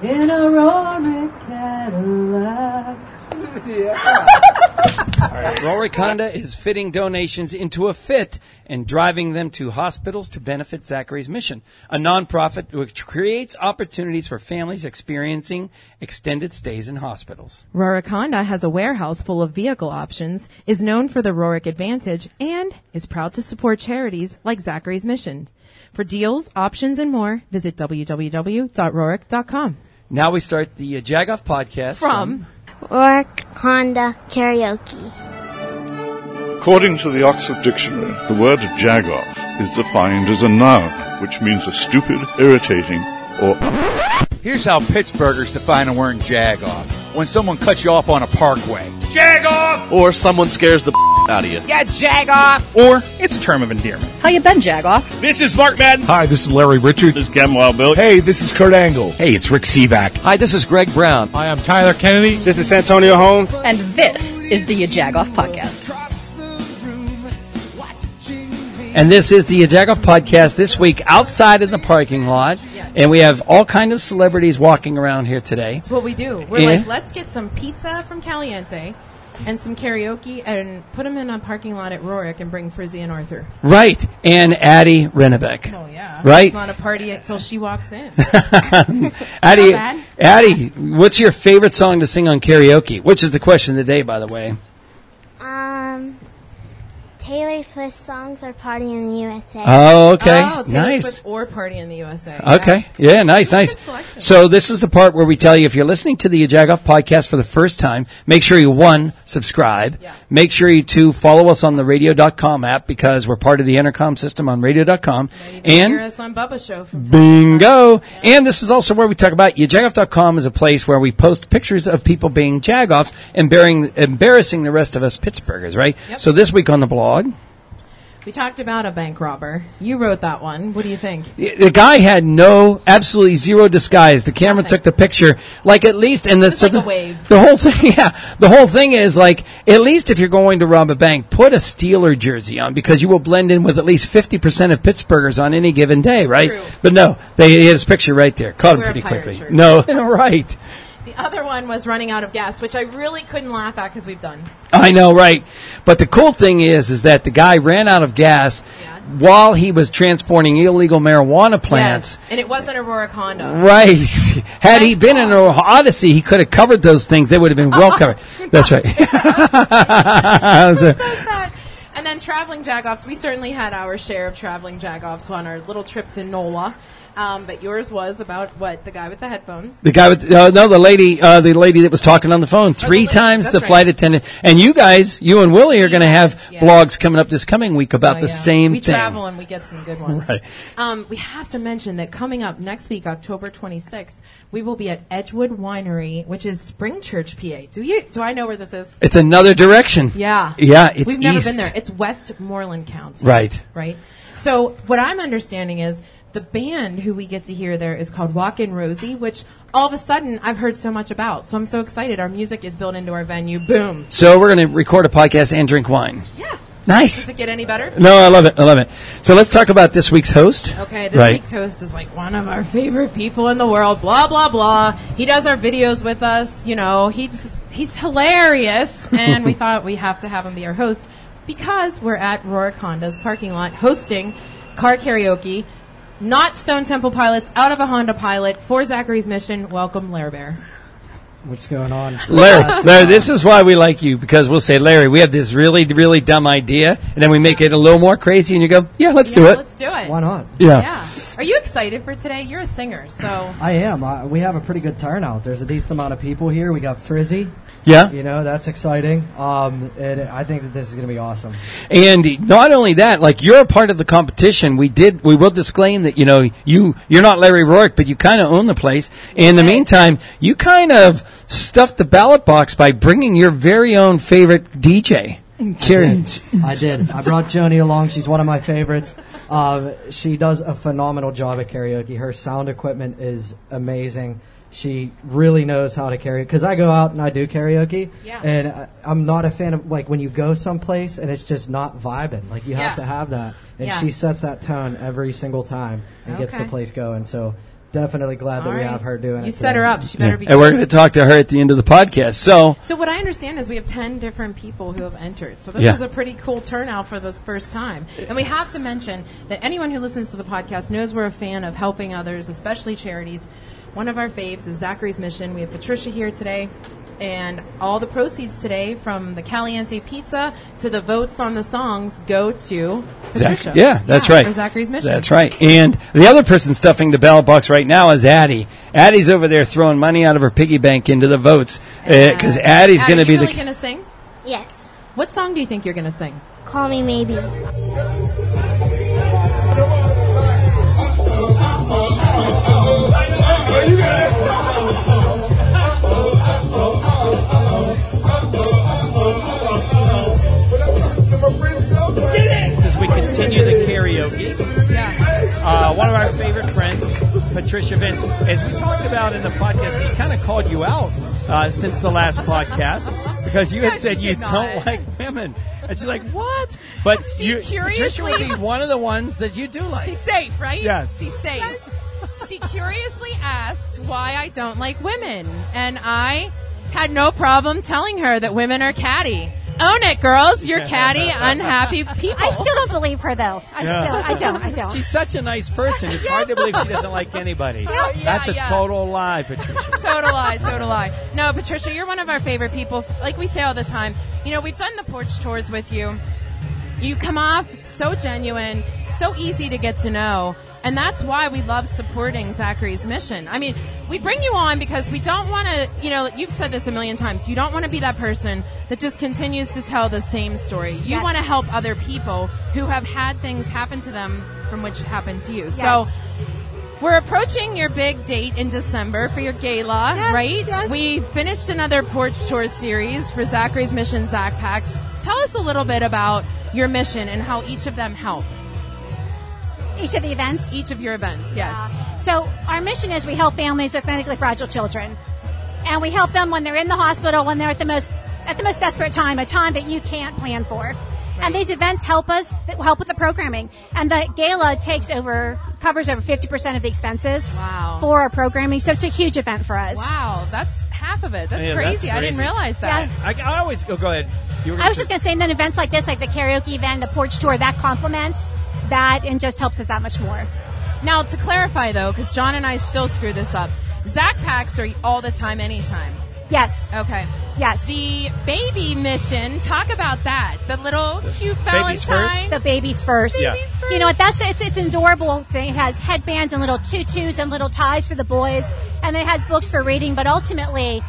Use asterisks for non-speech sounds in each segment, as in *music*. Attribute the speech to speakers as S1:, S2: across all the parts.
S1: in a roaring Cadillac.
S2: yeah.
S3: Roriconda is fitting donations into a fit and driving them to hospitals to benefit Zachary's mission, a nonprofit which creates opportunities for families experiencing extended stays in hospitals.
S4: Rorick Honda has a warehouse full of vehicle options, is known for the Rorick Advantage, and is proud to support charities like Zachary's Mission. For deals, options, and more, visit www.rorick.com.
S3: Now we start the uh, Jagoff podcast
S4: From
S5: Rourke Honda Karaoke.
S6: According to the Oxford Dictionary, the word jagoff is defined as a noun, which means a stupid, irritating, or
S2: Here's how Pittsburghers define a word jag off. When someone cuts you off on a parkway.
S7: Or someone scares the out of you.
S2: Yeah, jag off! Or it's a term of endearment.
S8: How you been, Jagoff?
S7: This is Mark Madden.
S9: Hi, this is Larry Richard.
S7: This is Gavin Wildbill.
S9: Hey, this is Kurt Angle.
S10: Hey, it's Rick Seaback.
S3: Hi, this is Greg Brown.
S9: Hi, I'm Tyler Kennedy.
S7: This is Santonio Holmes.
S8: And this is the Jagoff Podcast.
S3: And this is the Jagoff podcast this week outside in the parking lot. And we have all kind of celebrities walking around here today.
S4: That's what we do. We're
S3: Yeah.
S4: like, let's get some pizza from Caliente and some karaoke and put them in a parking lot at Rorick and bring Frizzy and Arthur.
S3: Right. And Addie Rennebeck.
S4: Oh, yeah.
S3: Right?
S4: Not a party until she walks in.
S3: Addie,
S4: Not bad.
S3: Addie, what's your favorite song to sing on karaoke? Which is the question today, by the way.
S5: Um, Taylor Swift songs are party in the USA.
S3: Oh, okay.
S4: Oh, Taylor
S3: nice.
S4: Swift or Party in the USA.
S3: Okay. Yeah, nice, nice.
S4: selection.
S3: So this is the part where we tell you if you're listening to the Jagoff podcast for the first time, make sure you one, subscribe. Make sure you two, follow us on the radio.com app because we're part of the intercom system on radio.com.
S4: And hear
S3: And
S4: us on Bubba Show from
S3: bingo. And this is also where we talk about you. Jagoff.com is a place where we post pictures of people being Jagoffs and bearing, embarrassing the rest of us Pittsburghers, right?
S4: Yep.
S3: So this week on the blog,
S4: We talked about a bank robber. You wrote that one. What do you think?
S3: The the guy had no, absolutely zero disguise. The camera took the picture, like at least, and the,
S4: Just
S3: so
S4: like a
S3: the-
S4: wave.
S3: the whole thing, *laughs* yeah, the whole thing is like, at least if you're going to rob a bank, put a Steeler jersey on because you will blend in with at least fifty percent of Pittsburghers on any given day, right?
S4: True.
S3: But no, they he had his picture right there. Caught him
S4: Wear a
S3: pretty
S4: pirate
S3: quickly.
S4: shirt.
S3: No, *laughs* right.
S4: The other one was running out of gas, which I really couldn't laugh at because we've done.
S3: I know, right? But the cool thing is, is that the guy ran out of gas
S4: Yeah.
S3: while he was transporting illegal marijuana plants.
S4: Yes. And it wasn't Aurora Condo.
S3: Right. *laughs* Had he been in an Odyssey, he could have covered those things. They would have been
S4: *laughs*
S3: well covered. That's right.
S4: And then traveling jagoffs. We certainly had our share of traveling jagoffs on our little trip to NOLA. Um, but yours was about what? The guy with the headphones.
S3: The guy with uh, no, the lady, uh, the lady that was talking on the phone three
S4: lady,
S3: times
S4: that's
S3: the
S4: right.
S3: flight attendant. And you guys, you and Willie are going to have
S4: Yeah.
S3: blogs coming up this coming week about
S4: Oh,
S3: the
S4: yeah.
S3: same
S4: we
S3: thing.
S4: travel and we get some good ones.
S3: Right.
S4: Um, we have to mention that coming up next week, October 26th, we will be at Edgewood Winery, which is Spring Church, PA. Do you? Do I know where this is?
S3: It's another direction.
S4: Yeah.
S3: Yeah. It's
S4: We've never
S3: east.
S4: been there. It's Westmoreland County.
S3: Right.
S4: Right. So what I'm understanding is the band who we get to hear there is called Walkin' Rosie, which all of a sudden I've heard so much about. So I'm so excited. Our music is built into our venue. Boom.
S3: So we're going to record a podcast and drink wine.
S4: Yeah.
S3: Nice.
S4: Does it get any better?
S3: No, I love it. I love it. So let's talk about this week's host.
S4: Okay, this
S3: right.
S4: week's host is like one of our favorite people in the world. Blah blah blah. He does our videos with us. You know, he just he's
S3: *laughs*
S4: hilarious, and we thought we have to have him be our host because we're at Rorick Honda's parking lot hosting car karaoke. Not Stone Temple Pilots, out of a Honda Pilot for Zachary's mission. Welcome, Lair Bear.
S11: What's going on?
S3: Larry, Larry, this is why we like you because we'll say, Larry, we have this really, really dumb idea, and then we make it a little more crazy, and you go, Yeah, let's do
S4: Yeah,
S3: it.
S4: Let's do it.
S11: Why not?
S3: yeah.
S4: Yeah. Are you excited for today? You're a singer, so
S11: I am. I, we have a pretty good turnout. There's a decent amount of people here. We got Frizzy.
S3: Yeah.
S11: You know, that's exciting. Um, and I think that this is going to be awesome.
S3: And not only that, like you're a part of the competition. We did, we will disclaim that you know you you're not Larry Rourke, but you kind of own the place. In the meantime, you kind of stuffed the ballot box by bringing your very own favorite DJ. Karen.
S11: I did. I brought Joni along. She's one of my favorites. Um, she does a phenomenal job at karaoke. Her sound equipment is amazing. She really knows how to karaoke. Because I go out and I do karaoke,
S4: Yeah.
S11: and I, I'm not a fan of like when you go someplace and it's just not vibing. Like you
S4: Yeah.
S11: have to have that, and
S4: Yeah.
S11: she sets that tone every single time and gets the
S4: Okay.
S11: place going. So definitely glad that
S12: All
S11: we
S12: right.
S11: have her doing it.
S12: You set her
S11: today.
S12: up. She better be.
S3: And we're going to talk to her at the end of the podcast. So
S12: So what I understand is we have ten different people who have entered. So this
S3: Yeah.
S12: is a pretty cool turnout for the first time. And we have to mention that anyone who listens to the podcast knows we're a fan of helping others, especially charities. One of our faves is Zachary's Mission. We have Patricia here today. And all the proceeds today from the Caliente pizza to the votes on the songs go to Patricia.
S3: Zach- yeah, that's right.
S12: For Zachary's Mission.
S3: That's right. And the other person stuffing the ballot box right now is Addie. Addie's over there throwing money out of her piggy bank into the votes because Addie's
S12: Addie,
S3: going to be
S12: you really
S3: the.
S12: going to sing?
S13: Yes.
S12: What song do you think you're going to sing?
S13: Call me maybe.
S10: As we continue the karaoke, uh, one of our favorite friends, Patricia Vince, as we talked about in the podcast, she kind of called you out uh, since the last podcast because you had
S3: No, she
S10: said you
S3: did not.
S10: don't *laughs* like women, and she's like, "What?" But you, Patricia would be
S4: curiously-
S10: one of the ones that you do like.
S4: She's safe, right?
S10: Yes.
S4: She's safe. *laughs* she curiously asked why I don't like women, and I had no problem telling her that women are catty. Own it, girls. You're catty, unhappy people. I still don't believe her, though.
S10: I Yeah. still- I don't,
S4: I don't.
S10: She's such a nice person. It's hard to believe she doesn't like anybody.
S4: *laughs* Yeah,
S10: That's a
S4: yeah.
S10: total lie, Patricia.
S4: total lie, total lie. No, Patricia, you're one of our favorite people. Like we say all the time, you know, we've done the porch tours with you. You come off so genuine, so easy to get to know. And that's why we love supporting Zachary's mission. I mean, we bring you on because we don't want to, you know, you've said this a million times. You don't want to be that person that just continues to tell the same story. You
S14: Yes.
S4: want to help other people who have had things happen to them from which happened to you. So
S14: Yes.
S4: we're approaching your big date in December for your gala,
S14: Yes,
S4: right?
S14: yes.
S4: We finished another porch tour series for Zachary's Mission Zach Packs. Tell us a little bit about your mission and how each of them help.
S14: Each of the events?
S4: Each of your events, yes.
S14: So our mission is we help families with medically fragile children. And we help them when they're in the hospital, when they're at the most at the most desperate time, a time that you can't plan for. And these events help us that help with the programming. And the gala takes over covers over 50% of the expenses
S4: Wow.
S14: for our programming. So it's a huge event for us.
S4: Wow, that's half of it. That's,
S10: Yeah,
S4: crazy. I didn't realize that.
S10: I, I always oh, go. Go ahead. You were
S14: I was
S10: say-
S14: just going to say, and then events like this, like the karaoke event, the porch tour, that complements that and just helps us that much more.
S4: Now, to clarify though, because John and I still screw this up, Zach Packs are all the time, anytime.
S14: Yes.
S4: Okay.
S14: Yes.
S4: Uh, The baby mission, talk about that. The little cute
S14: Babies
S4: Valentine.
S14: The babies first.
S4: Yeah.
S14: You know what? That's it's it's an adorable thing. It has headbands and little tutus and little ties for the boys, and it has books for reading. But ultimately,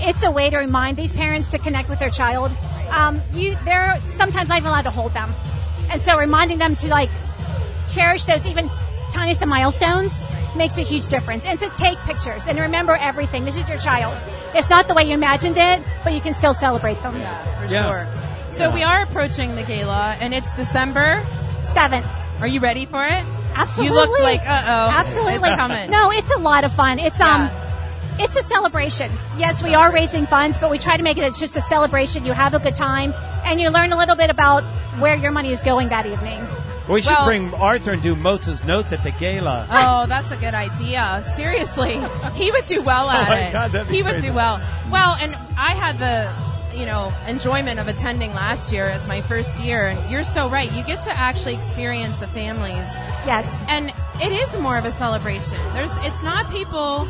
S14: it's a way to remind these parents to connect with their child. Um, you they're sometimes not even allowed to hold them, and so reminding them to like cherish those even tiniest of milestones makes a huge difference. And to take pictures and remember everything. This is your child. It's not the way you imagined it, but you can still celebrate them.
S4: for
S14: Yeah.
S4: sure. So we are approaching the gala, and it's December
S14: seventh.
S4: Are you ready for it? You
S14: Absolutely.
S4: looked like uh oh.
S14: Absolutely.
S4: It's coming.
S14: No, it's a lot of fun. It's um it's a celebration. Yes, we are raising funds, but we try to make it it's just a celebration. You have a good time and you learn a little bit about where your money is going that evening.
S10: we should
S14: Well-
S10: bring Arthur and do Moza's notes at the gala.
S4: Oh, that's a good idea.
S10: *laughs*
S4: Seriously, he would do well at
S10: Oh my
S4: it.
S10: God, that'd be
S4: he would
S10: crazy.
S4: do well. Well, and I had the you know enjoyment of attending last year as my first year, and you're so right. You get to actually experience the families.
S14: Yes,
S4: and it is more of a celebration. There's it's not people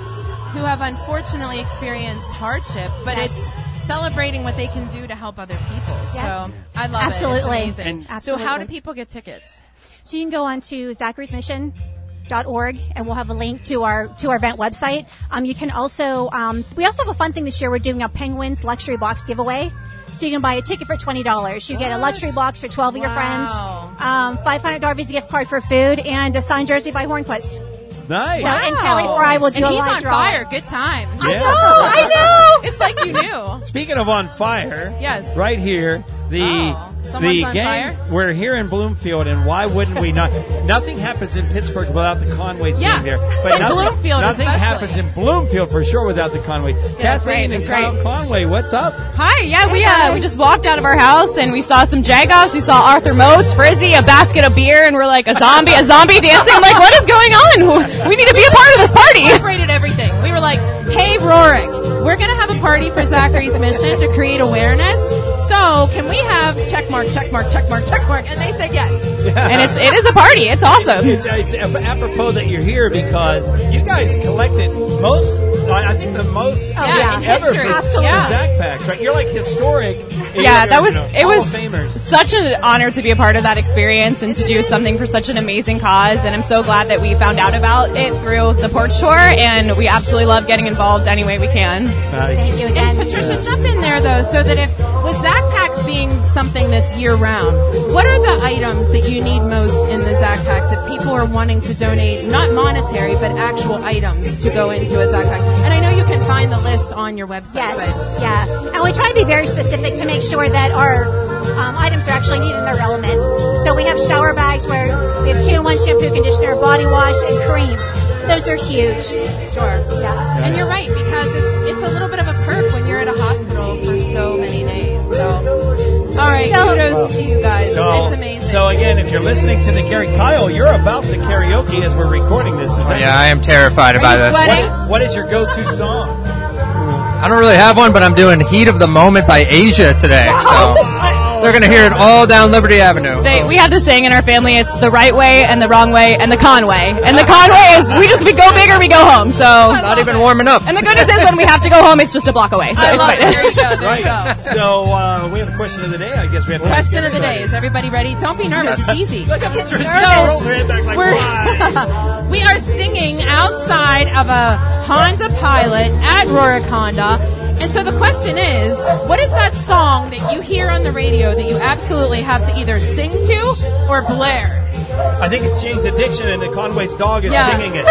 S4: who have unfortunately experienced hardship, but
S14: Yes.
S4: it's celebrating what they can do to help other people.
S14: Yes.
S4: So I love
S14: Absolutely.
S4: it. It's amazing.
S14: And-
S4: So how
S14: Absolutely.
S4: do people get tickets?
S14: So you can go on to zacharysmission.org and we'll have a link to our to our event website. Um, you can also um, we also have a fun thing this year. We're doing a Penguins luxury box giveaway. So you can buy a ticket for twenty dollars. You get a luxury box for twelve of your friends, um, five hundred dollars gift card for food, and a signed jersey by Hornquist.
S10: Nice.
S14: So, and Kelly Fry will do
S4: And
S14: a
S4: he's
S14: live
S4: on
S14: draw.
S4: fire. Good time.
S10: I Yeah. know, I
S4: know. It's like you knew.
S10: Speaking of on fire,
S4: Yes. Oh,
S10: right here, the
S4: Someone's
S10: the
S4: on
S10: game,
S4: fire?
S10: We're here in Bloomfield, and why wouldn't we not? nothing happens in Pittsburgh without the Conways
S4: Yeah.
S10: being
S4: *laughs*
S10: there.
S4: In
S10: But nothing,
S4: Bloomfield
S10: nothing
S4: especially.
S10: happens in Bloomfield for sure without the Conways. Kathleen
S4: right,
S10: and
S4: that's right.
S10: Kyle Conway, what's up?
S15: Hi, yeah, we uh, we just walked out of our house and we saw some jagoffs. We saw Arthur Moats, Frizzy, a basket of beer, and we're like a zombie, a zombie dancing. I'm like, what is going on? We need to be a part of this party.
S4: We created everything. We were like, hey, Rorik, we're going to have a party for Zachary's mission to create awareness. So can we have check mark, check mark, check mark, check mark? And they said yes.
S15: And it's it is a party. It's awesome.
S10: It's, uh, it's apropos that you're here because you guys collected most. I I think the most
S15: yeah, in
S10: ever
S15: history.
S10: for, for
S15: Yeah.
S10: Zach packs, right? You're like historic. in
S15: yeah,
S10: your,
S15: that was
S10: you know,
S15: it
S10: Hall
S15: was
S10: of Famers.
S15: such an honor to be a part of that experience and to do something for such an amazing cause. And I'm so glad that we found out about it through the porch tour, and we absolutely love getting involved any way we can.
S4: Thank you again. And Patricia, jump in there though, so that if with Zach Packs being something that's year round, what are the items that you need most in the Zach Packs if people are wanting to donate not monetary but actual items to go into a Zach Pack? And I know you can find the list on your website. But
S14: Yes, yeah. And we try to be very specific to make sure that our um, items are actually needed and they're relevant. So we have shower bags where we have two in one shampoo, conditioner, body wash, and cream. Those are huge.
S4: Sure.
S14: Yeah.
S4: And you're right because it's it's a little bit of a perk when you're at a hospital for so many days. So, all right,
S14: So-
S4: kudos to you guys.
S10: So-
S4: It's amazing.
S10: So again, if you're listening to the Gary Kyle, you're about to karaoke as we're recording this. Is that
S3: Yeah, I am terrified about this.
S10: What- what is your go-to song?
S3: I don't really have one, but I'm doing Heat of the Moment by Asia today. So they're going to hear it all down Liberty Avenue.
S15: They, we have this saying in our family: it's the right way and the wrong way and the con way. And the con way is we just we go big or we go home. So not
S3: even warming up.
S15: And the good news is when we have to go home, it's just a block away. So
S4: I
S15: it's
S4: love
S15: fine.
S4: it. There you go. There you go.
S10: So uh, we have a question of the day. I guess we have to ask
S4: Question of the
S10: everybody.
S4: day. Is everybody ready? Don't be nervous.
S10: Yes.
S4: It's easy.
S10: Look at Patricia.
S4: Nervous.
S10: Roll her head back like,
S4: We're- we are singing outside of a Honda Pilot at Rorick Honda. And so the question is, what is that song that you hear on the radio that you absolutely have to either sing to or blare?
S10: I think it's Jane's Addiction, and the Conway's dog is
S15: Yeah.
S10: singing it.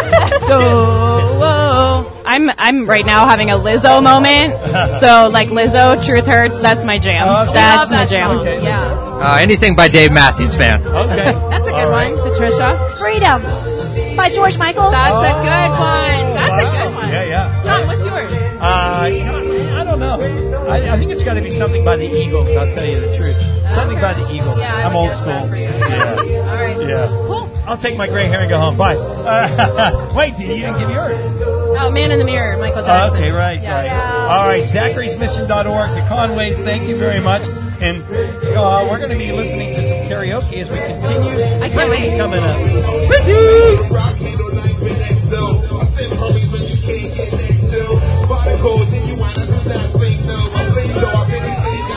S4: *laughs*
S15: Go. I'm I'm right now having a Lizzo moment. So like Lizzo, Truth Hurts, that's my jam.
S4: Oh,
S15: That's my jam.
S4: Yeah.
S3: Uh, anything by Dave Matthews Band.
S10: Okay.
S4: That's a good one, Patricia.
S14: Freedom by George Michael.
S4: That's a good one. That's a good one.
S10: Oh, Yeah, yeah.
S4: John, what's yours?
S10: Uh, you know, I don't know. I, I think it's got to be something by the Eagles. I'll tell you the truth. Something by the Eagles.
S4: Yeah, I
S10: I'm
S4: would
S10: old
S4: guess
S10: school.
S4: that for you. *laughs*
S10: Yeah.
S4: All right.
S10: Yeah.
S4: Cool.
S10: I'll take my gray hair and go home. Bye. *laughs* Uh, wait, you didn't give yours.
S4: Oh, Man in the Mirror, Michael Jackson.
S10: Okay, right,
S4: Yeah.
S10: right. All right, Zachary'sMission.org, the Conways, thank you very much. And uh, we're going to be listening to some karaoke as we continue. I
S4: can't wait.
S10: coming up.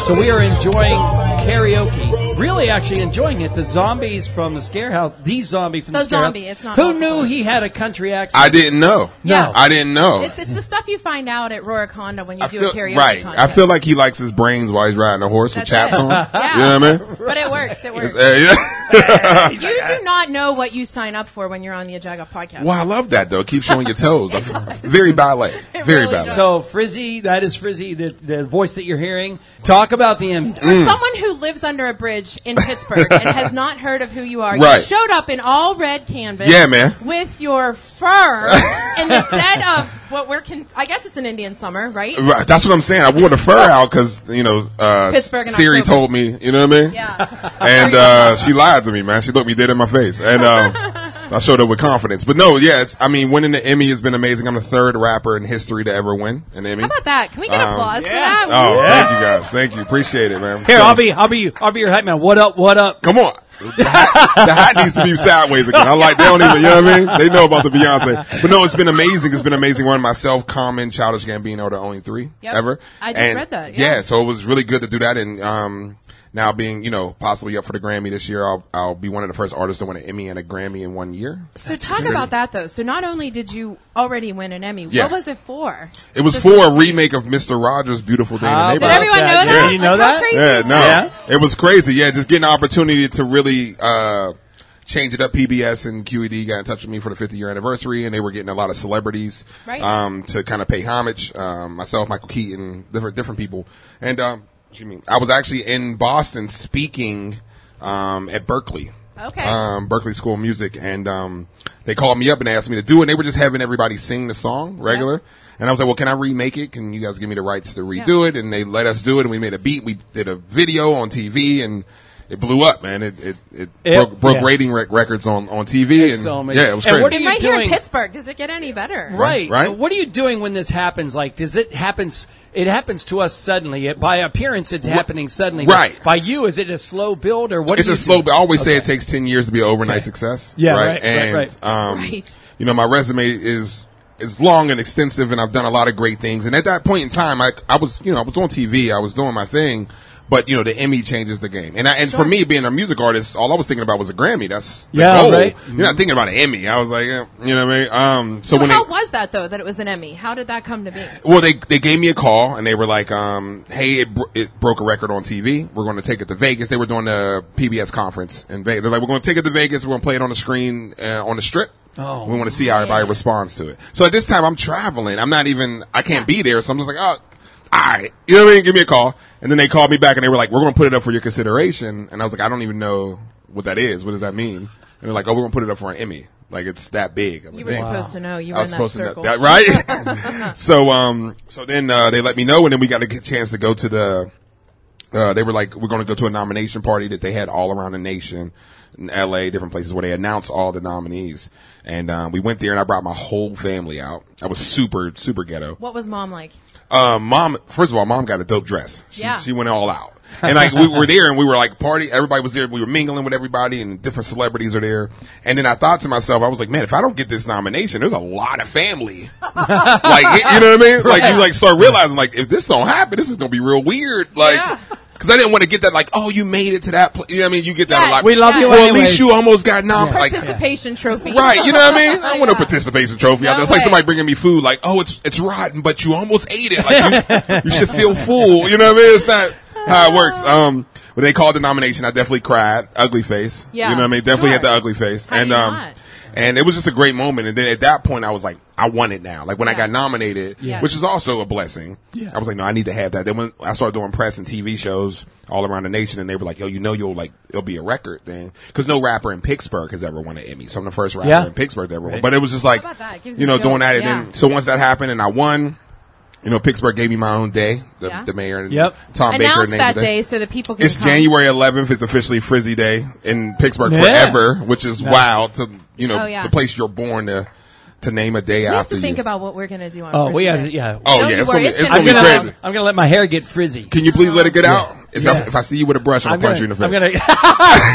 S10: So we are enjoying karaoke. Really, actually enjoying it. The zombies from the scare house. The zombie from the,
S4: The
S10: scare
S4: zombie,
S10: house.
S4: it's not
S10: Who
S4: multiple.
S10: knew he had a country accent?
S16: I didn't know.
S10: Yeah.
S16: I didn't know.
S4: It's, it's the stuff you find out at Rorick Honda when you
S16: Oh. I
S4: do
S16: feel-
S4: a karaoke
S16: right.
S4: contest.
S16: I feel like he likes his brains while he's riding a horse with
S4: That's
S16: chaps
S4: it.
S16: on.
S4: Yeah.
S16: You know what I mean?
S4: But it works. It works.
S16: It's- uh, yeah.
S4: you do not know what you sign up for when you're on the Ajaga podcast.
S16: Well, I love that though. Keep showing your toes. I'm
S4: *laughs*
S16: very ballet. Very ballet.
S10: So Frizzy, that is Frizzy, the, the voice that you're hearing. Talk about the Emmy.
S4: For
S16: Mm.
S4: someone who lives under a bridge in Pittsburgh and
S16: *laughs*
S4: has not heard of who you are, you
S10: Right.
S4: showed up in all red canvas.
S16: Yeah, man.
S4: With your fur and
S16: *laughs*
S4: the set of what we're, con- I guess it's an Indian summer, right?
S16: Right, that's what I'm saying. I wore the fur out because you know uh,
S4: Pittsburgh in
S16: Siri
S4: October.
S16: told me. You know what I mean?
S4: Yeah.
S16: *laughs* And uh, she lied to me, man. She looked me dead in my face, and um, I showed up with confidence. But no, yeah, it's, I mean, winning the Emmy has been amazing. I'm the third rapper in history to ever win an Emmy.
S4: How about that? Can we get
S16: Um,
S4: applause for
S10: yeah.
S4: that?
S16: Oh,
S4: Woo!
S16: thank you guys. Thank you. Appreciate it, man.
S10: Here,
S16: So,
S10: I'll be, I'll be, I'll be your hype man. What up? What up?
S16: Come on. the hat needs to be sideways again. I like they don't even. You know what I mean? They know about the Beyonce, but no, it's been amazing. It's been amazing. One myself, Common, Childish Gambino, are the only three
S4: Yep.
S16: ever.
S4: I just
S16: And,
S4: read that, yeah.
S16: Yeah. so it was really good to do that, and um, now being you know possibly up for the Grammy this year, I'll I'll be one of the first artists to win an Emmy and a Grammy in one year.
S4: So talk about that though. So not only did you already win an Emmy,
S16: Yeah.
S4: what was it for?
S16: It was
S4: Just-
S16: for a remake of Mr. Rogers' Beautiful Day in the
S4: How
S16: Neighborhood.
S4: about Did everyone know that? that?
S16: Yeah.
S4: Did you know Like, how that? crazy
S16: Yeah,
S4: is
S16: no.
S4: that?
S16: It was crazy. Yeah, just getting an opportunity to really uh, change it up. PBS and QED got in touch with me for the 50 year anniversary, and they were getting a lot of celebrities
S17: Right.
S16: um, to kind of pay homage. Um, myself, Michael Keaton, different different people, and um, What do you mean? I was actually in Boston speaking um, at Berkeley.
S4: Okay.
S16: Um, Berkeley School of Music, and um, they called me up and asked me to do it. And they were just having everybody sing the song regular. And I was like, "Well, can I remake it? Can you guys give me the rights to redo it?" And they let us do it, and we made a beat. We did a video on TV, and it blew up, man. It it, it,
S3: It-
S16: broke, broke
S3: yeah.
S16: rating rec- records on on TV,
S3: It's
S16: and
S3: so amazing.
S16: yeah, it was
S3: And
S16: crazy.
S3: what are
S4: It
S3: you
S4: right here in
S3: doing-
S4: Pittsburgh. Does it get any better?
S3: Right.
S16: Right.
S3: What are you doing when this happens? Like, does it happens? It happens to us suddenly. It, by appearance, it's happening suddenly.
S16: Right.
S3: By you, is it a slow build or what?
S16: it's
S3: do
S16: a
S3: you
S16: slow.
S3: do?
S16: I always say
S3: Okay.
S16: it takes ten years to be an overnight success.
S3: Yeah,
S16: right.
S3: right, right,
S16: and
S3: right.
S16: um,
S3: Right.
S16: you know, my resume is is long and extensive, and I've done a lot of great things. And at that point in time, I I was you know I was on TV, I was doing my thing, but you know the Emmy changes the game. And I, and for me, being a music artist, all I was thinking about was a Grammy. That's the
S3: Yeah,
S16: goal.
S3: right. Mm-hmm.
S16: You're not thinking about an Emmy. I was like, eh, you know what I mean. Um, so,
S4: So
S16: when
S4: how
S16: they,
S4: was that though? That it was an Emmy. How did that come to be?
S16: well, they they gave me a call and they were like, um, "Hey, it, bro- it broke a record on TV. We're going to take it to Vegas." They were doing a PBS conference in Vegas. They're like, "We're going to take it to Vegas. We're going to play it on the screen uh, on the strip.
S3: Oh,
S16: we want to see how everybody responds to it." So at this time, I'm traveling. I'm not even. I can't be there. So I'm just like, "Oh, all right." You know what I mean? Give me a call. And then they called me back and they were like, "We're going to put it up for your consideration." And I was like, "I don't even know what that is. What does that mean?" And they're like, "Oh, we're going to put it up for an Emmy. Like it's that big." I'm
S4: You
S16: like,
S4: were
S16: "Dang."
S4: supposed to know. You
S16: I
S4: were
S16: was
S4: in that
S16: supposed to know
S4: circle.
S16: that,
S3: *laughs*
S16: right? *laughs* so, um, so then uh, they let me know, and then we got a good chance to go to the. Uh, they were like, we're going to go to a nomination party that they had all around the nation, in L.A., different places where they announced all the nominees, and um, we went there, and I brought my whole family out. I was super, super ghetto.
S4: What was mom like?
S16: Uh, mom, first of all, mom got a dope dress. She,
S4: Yeah.
S16: she went all out. And like, we were there and we were like party. Everybody was there. We were mingling with everybody and different celebrities are there. And then I thought to myself, I was like, man, if I don't get this nomination, there's a lot of
S4: *laughs*
S16: family. like, you know what I mean? Like, you like start realizing, like, if this don't happen, this is going to be real weird. Like, Cause I didn't want to get that like, oh, you made it to that. Pl-. You know what I mean? You get that a
S4: Yeah,
S16: lot.
S4: We love you
S16: Well, at
S4: anyways.
S16: least you almost got nominated. Like,
S4: Participation trophy.
S16: *laughs* Right, you know what
S4: *laughs*
S16: I mean? I don't want a participation trophy out
S4: No
S16: there. It's like
S4: way.
S16: somebody bringing me food, like, oh, it's it's rotten, but you almost ate it. Like
S4: *laughs*
S16: you, you should feel full. You know what I mean? It's not how it works. Um, when they called the nomination, I definitely cried, ugly face.
S18: Yeah,
S16: you know what I mean? Definitely
S18: sure.
S16: had the ugly face,
S18: How do
S16: and
S18: you
S16: um,
S18: not?
S16: and it was just a great moment. And then at that point, I was like, I want it now. Like when I got nominated,
S18: Yeah.
S16: which is also a blessing. I was like, no, I need to have that. Then when I started doing press and TV shows all around the nation, and they were like, yo, you know, you'll like it'll be a record thing because no rapper in Pittsburgh has ever won an Emmy. So I'm the first rapper
S18: Yeah.
S16: in Pittsburgh to ever won.
S18: Right.
S16: But it was just like,
S18: How about that? It gives
S16: you
S18: me
S16: know,
S18: chills.
S16: doing that. And
S18: Yeah.
S16: then so once that happened, and I won. You know, Pittsburgh gave me my own day. The,
S4: Yeah.
S16: the mayor and
S4: Yep.
S16: Tom Baker
S4: Announce
S16: named
S4: that
S16: the
S4: day so that people can
S16: it's
S4: come.
S16: January 11th. It's officially Frizzy Day in Pittsburgh
S4: Yeah.
S16: forever, which is
S4: Nice.
S16: wild to you know
S4: Oh, yeah.
S16: the place you're born to to name a day
S4: We have
S16: after
S4: to think
S16: you.
S4: about what we're gonna do on.
S3: Oh,
S4: Earth
S3: we
S4: Day.
S3: have. Yeah.
S16: Oh, yeah, it's gonna be- it's gonna
S3: I'm
S16: be
S3: gonna-
S16: crazy.
S3: I'm gonna let my hair get frizzy.
S16: Can you please let it get out? If, I,
S3: Yeah.
S16: if I see you with a brush, I'm,
S3: I'm
S16: gonna punch
S3: gonna- *laughs*
S16: you in the face.
S3: I'm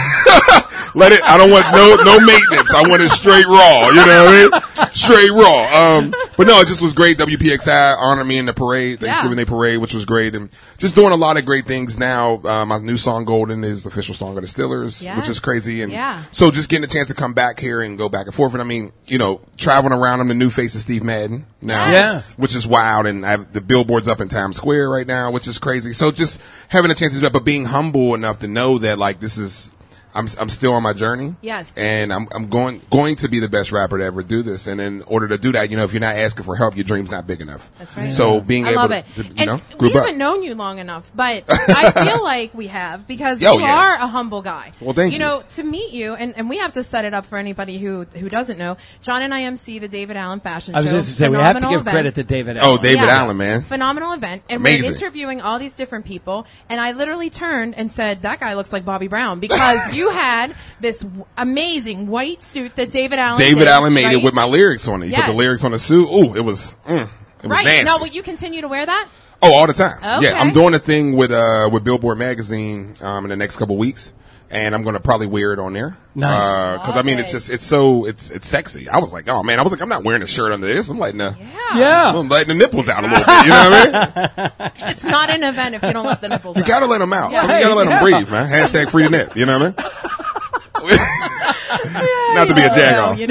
S16: let it. I don't want no no maintenance. I want it straight raw. You know what I mean? Straight raw. Um, but no, it just was great. WPXI honored me in the parade, Thanksgiving Day parade, which was great, and just doing a lot of great things. Now, uh, my new song Golden is the official song of the Steelers,
S18: Yes.
S16: which is *laughs* crazy, and
S18: Yeah.
S16: so just getting a chance to come back here and go back and forth. And I mean, you know, traveling around, I'm the new face of Steve Madden now,
S18: Yes.
S16: which is wild. And I have the billboards up in Times Square right now, which is crazy. So just having a chance to do that, but being humble enough to know that like this is, I'm, I'm still on my journey.
S18: Yes.
S16: And I'm, I'm going, going to be the best rapper to ever do this. And in order to do that, you know, if you're not asking for help, your dream's not big enough.
S4: That's right.
S16: So being
S4: I
S16: able
S4: love
S16: to,
S4: it.
S16: to, you
S4: and
S16: know,
S4: we
S16: group up.
S4: haven't known you long enough,
S16: *laughs*
S4: but I feel like we have because
S16: Yo,
S4: you
S16: Oh, yeah.
S4: are a humble guy.
S16: Well, thank you.
S4: know, to meet you, and, and we have to set it up for anybody who who doesn't know. John and I MC the David Allen Fashion
S3: I was
S4: Show.
S3: just gonna say, we have to
S4: Phenomenal
S3: give
S4: event.
S3: credit to David
S16: Oh,
S3: Allen.
S16: David Allen, man.
S4: Phenomenal event, and
S16: Amazing.
S4: we're interviewing all these different people. And I literally turned and said, "That guy looks like Bobby Brown,"
S16: *laughs*
S4: because you had this w- amazing white suit that David Allen.
S16: David
S4: did,
S16: Allen made
S4: right?
S16: it with my lyrics on it. You put
S4: Yes.
S16: the lyrics on the suit. Ooh, it was, mm, it was
S4: Right
S16: nasty.
S4: now, will you continue to wear that?
S16: Oh, all the time. Yeah, I'm
S4: Okay.
S16: doing a thing with uh with Billboard magazine um in the next couple weeks, and I'm gonna probably wear it on there.
S18: Nice.
S16: Because I mean, it's just it's so it's it's sexy. I was like, oh man, I was like, I'm not wearing a shirt under this. I'm letting the yeah, I'm letting the nipples out a little bit. You know what I mean?
S4: It's not an event if you don't let the nipples
S16: You gotta let them out.
S4: Yeah.
S16: So you gotta let
S4: Yeah.
S16: them breathe, man. Hashtag free the nip. You know what
S3: *laughs*
S16: I mean? not to be a jagoff. *laughs*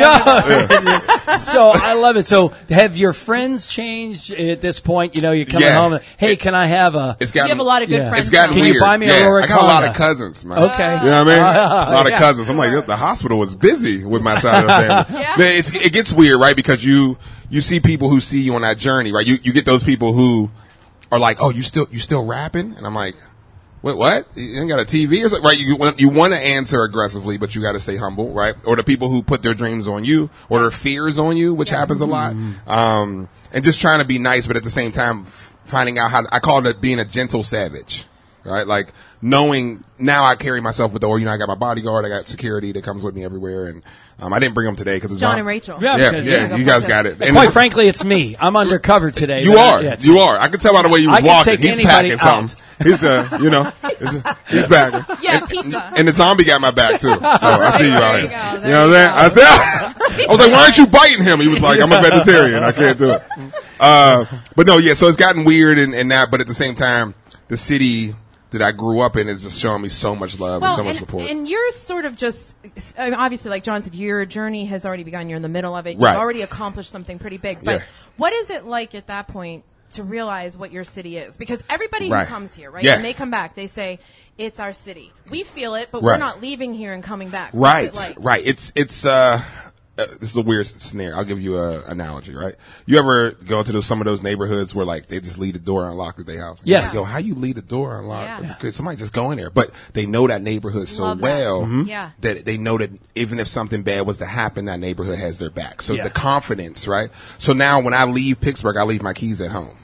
S16: Yeah.
S3: so I love it. So have your friends changed at this point? You know, you're coming
S16: Yeah.
S3: home. and, Hey, can I have a?
S16: It's gotten,
S3: Yeah.
S16: It's gotten
S3: Can
S16: weird.
S3: you buy me
S16: yeah.
S3: a Loricana?
S16: I got a lot of cousins, man.
S3: Okay.
S16: You know what I
S3: *laughs*
S16: mean?
S3: Ah,
S16: a lot
S3: yeah.
S16: of cousins. I'm like, the hospital is busy with my side of the
S3: *laughs*
S16: family. Man, it's, it gets weird, right? Because you, you see people who see you on that journey, right? You, you get those people who are like, oh, you still, you still rapping? And I'm like, Wait, what? You ain't got a TV or something, right? You want you want to answer aggressively, but you got to stay humble, right? Or the people who put their dreams on you, or their fears on you, which happens a lot, um, and just trying to be nice, but at the same time f- finding out how to, I call it being a gentle savage, right? Like knowing now I carry myself with the, or you know, I got my bodyguard, I got security that comes with me everywhere, and um, I didn't bring them today because it's
S4: John
S16: on-
S4: and Rachel.
S16: Yeah, yeah, you guys got it. And
S3: quite
S16: it's-
S3: frankly, it's me. I'm undercover today.
S16: you
S3: but,
S16: are.
S3: yeah, it's
S16: you are. I can tell by the way you was
S3: I can
S16: walking.
S3: take
S16: He's
S3: anybody
S16: packing something. He's uh, you know, he's, he's packing.
S15: Yeah, pizza.
S16: And the zombie got my back too. So I see you out here.
S15: There you go,
S16: You know what I'm saying? I said, *laughs* I was like, why aren't you biting him? He was like, I'm a vegetarian. I can't do it. Uh, but no, yeah. So it's gotten weird and, and that, but at the same time, the city that I grew up in is just showing me so much love and so much
S4: and,
S16: support.
S4: and you're sort of just I mean, obviously, like John said, your journey has already begun. You're in the middle of it. You've
S16: Right.
S4: already accomplished something pretty big. But
S16: Yeah.
S4: what is it like at that point to realize what your city is? Because everybody
S16: Right.
S4: who comes here, right,
S16: Yeah.
S4: when they come back, they say it's our city. We feel it, but we're
S16: Right.
S4: not leaving here and coming back. What's
S16: Right,
S4: it like?
S16: right. It's it's uh, uh, this is a weird snare. I'll give you a analogy. Right, you ever go into those, some of those neighborhoods where like they just leave the door unlocked at their house?
S3: Yes.
S16: Like, Yo, how you leave the door unlocked?
S3: Yeah.
S16: Could Somebody just go in there, but they know that neighborhood so
S3: Love that.
S16: oh, well
S3: Mhm. Yeah.
S16: that they know that even if something bad was to happen, that neighborhood has their back. So
S3: Yeah.
S16: the confidence, right? So now when I leave Pittsburgh, I leave my keys at home.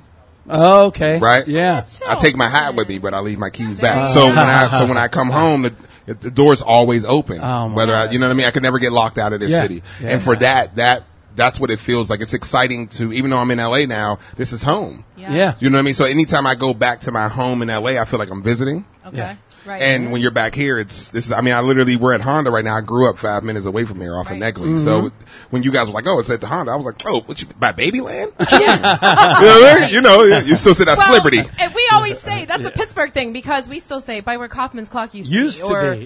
S3: Oh, okay.
S16: Right?
S3: Yeah.
S16: I take my hat with me, but I leave my keys back.
S3: nice.
S16: So when I so when I come home, the, the door's always open.
S3: Oh, my
S16: whether I, you know what I mean, I could never get locked out of this
S3: Yeah.
S16: city.
S3: Yeah.
S16: And for that, that that's what it feels like. It's exciting to even though I'm in LA now, this is home.
S3: Yeah. Yeah.
S16: You know what I mean? So anytime I go back to my home in LA, I feel like I'm visiting.
S4: Okay. Right.
S16: And when you're back here, it's this is. I mean, I literally we're at Honda right now. I grew up five minutes away from here, off of Neckley.
S4: Mm-hmm.
S16: So
S3: Mhm.
S16: when you guys were like, "Oh, it's at the Honda," I was like, "Oh, what you by
S4: *laughs*
S16: Babyland?" What *laughs* you, mean? you know, what I mean? you know, you still sit at
S4: Well,
S16: Celebrity.
S4: And we always say that's a Pittsburgh thing because we still say by where Kaufman's clock used, to be. or whatever it
S16: Right,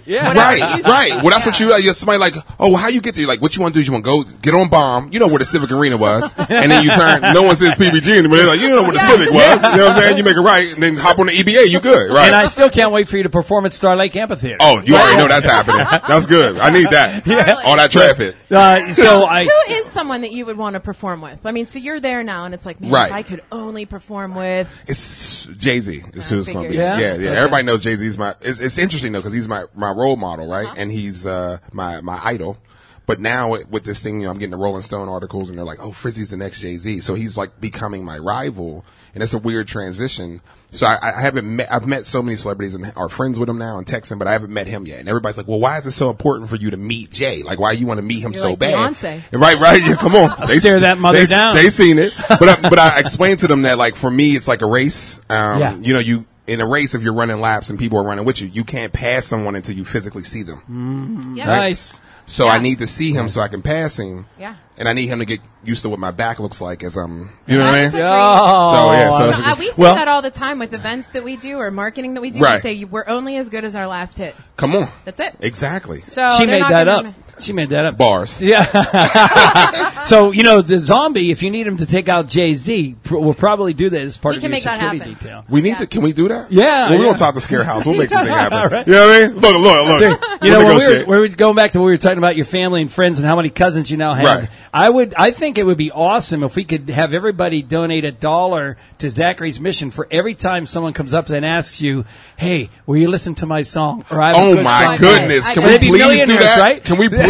S4: used to
S16: right.
S4: be.
S16: Well, that's what you, uh, you're somebody like, oh, well, how you get there? You're like, what you want to do is you want to go, get on bomb, you know where the Civic Arena *laughs* was, and then you turn, no one says PBG anymore, they're like, you know where the Civic was, you know what I'm saying? You make it right, and then hop on the EBA, you good, right?
S3: And I still can't wait for you to perform at Star Lake Amphitheater.
S16: oh, you already know that's happening. That's good. I need *laughs* that. All that traffic.
S3: Uh, so I.
S4: Who is someone that you would want to perform with? I mean, so you're there now, and it's like, man,
S16: Right.
S4: if I could only perform with.
S16: It's Jay Z. Is who it's going to
S4: figured.
S16: be. Yeah,
S4: Yeah?
S16: yeah.
S4: Okay.
S16: Everybody knows Jay Z's my. It's, it's interesting though because he's my my role model, right? And he's uh my my idol. But now with- with this thing, you know, I'm getting the Rolling Stone articles, and they're like, "Oh, Frizzy's the next Jay Z." So he's like becoming my rival, and it's a weird transition. So I, I haven't met. I've met so many celebrities and are friends with him now and text him, but I haven't met him yet. And everybody's like, "Well, why is it so important for you to meet Jay? Like, why you want to meet him
S4: You're
S16: so
S4: like
S16: bad?"
S4: Beyonce.
S16: Right, right. Yeah, come on.
S3: Stare that mother
S16: they-
S3: down.
S16: They seen it, but I, but I explained to them that like for me, it's like a race. Um,
S3: Yeah.
S16: you know, you in a race if you're running laps and people are running with you, you can't pass someone until you physically see them.
S3: Mm,
S16: Right?
S3: Nice.
S16: So I need to see him so I can pass him.
S4: Yeah.
S16: And I need him to get used to what my back looks like as I'm, you know what I mean?
S4: That's a great-
S16: So Oh,
S3: Oh,
S16: yeah, so it's a
S4: Uh,
S16: good-
S4: we say that all the time with events that we do or marketing that we do. We
S16: Right.
S4: say "You- we're only as good as our last hit.
S16: Come on.
S4: That's it.
S16: Exactly.
S4: So
S3: she
S4: Oh, they're
S3: made
S4: not
S3: that
S4: gonna-
S3: up. She made that up.
S16: Bars.
S3: *laughs* Yeah. *laughs* so you know the zombie. If you need him to take out Jay Z, pr- we'll probably do that as part
S4: We
S3: of
S4: can
S3: your
S4: make that
S3: security
S4: happen.
S3: detail.
S16: We need to. Can we do that?
S3: Yeah,
S16: Well, we
S3: yeah.
S16: don't talk to scare house.
S3: *laughs*
S16: We'll make something happen.
S3: Right.
S16: You know what I mean? Look, look, look.
S3: You know,
S16: We'll
S3: when we, were,
S16: negotiate.
S3: when we were going back to what we were talking about your family and friends and how many cousins you now have.
S16: Right.
S3: I would, I think it would be awesome if we could have everybody donate a dollar to Zachary's mission for every time someone comes up and asks you, "Hey, will you listen to my song?" Or I have a
S16: Oh
S3: good song
S16: my
S3: for you."
S16: goodness! Can
S3: And
S16: we
S3: they'd be
S16: please do
S3: millionaires,
S16: that?
S3: Right?
S16: Can we please?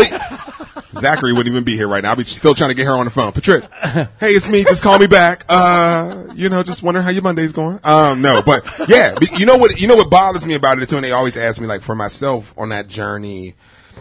S16: Zachary wouldn't even be here right now. I'll be still trying to get her on the phone. Patricia, hey, it's me. Just call me back. Uh, you know, just wondering how your Monday's going. Um, no, but yeah, but you know what? You know what bothers me about it too, and they always ask me like for myself on that journey.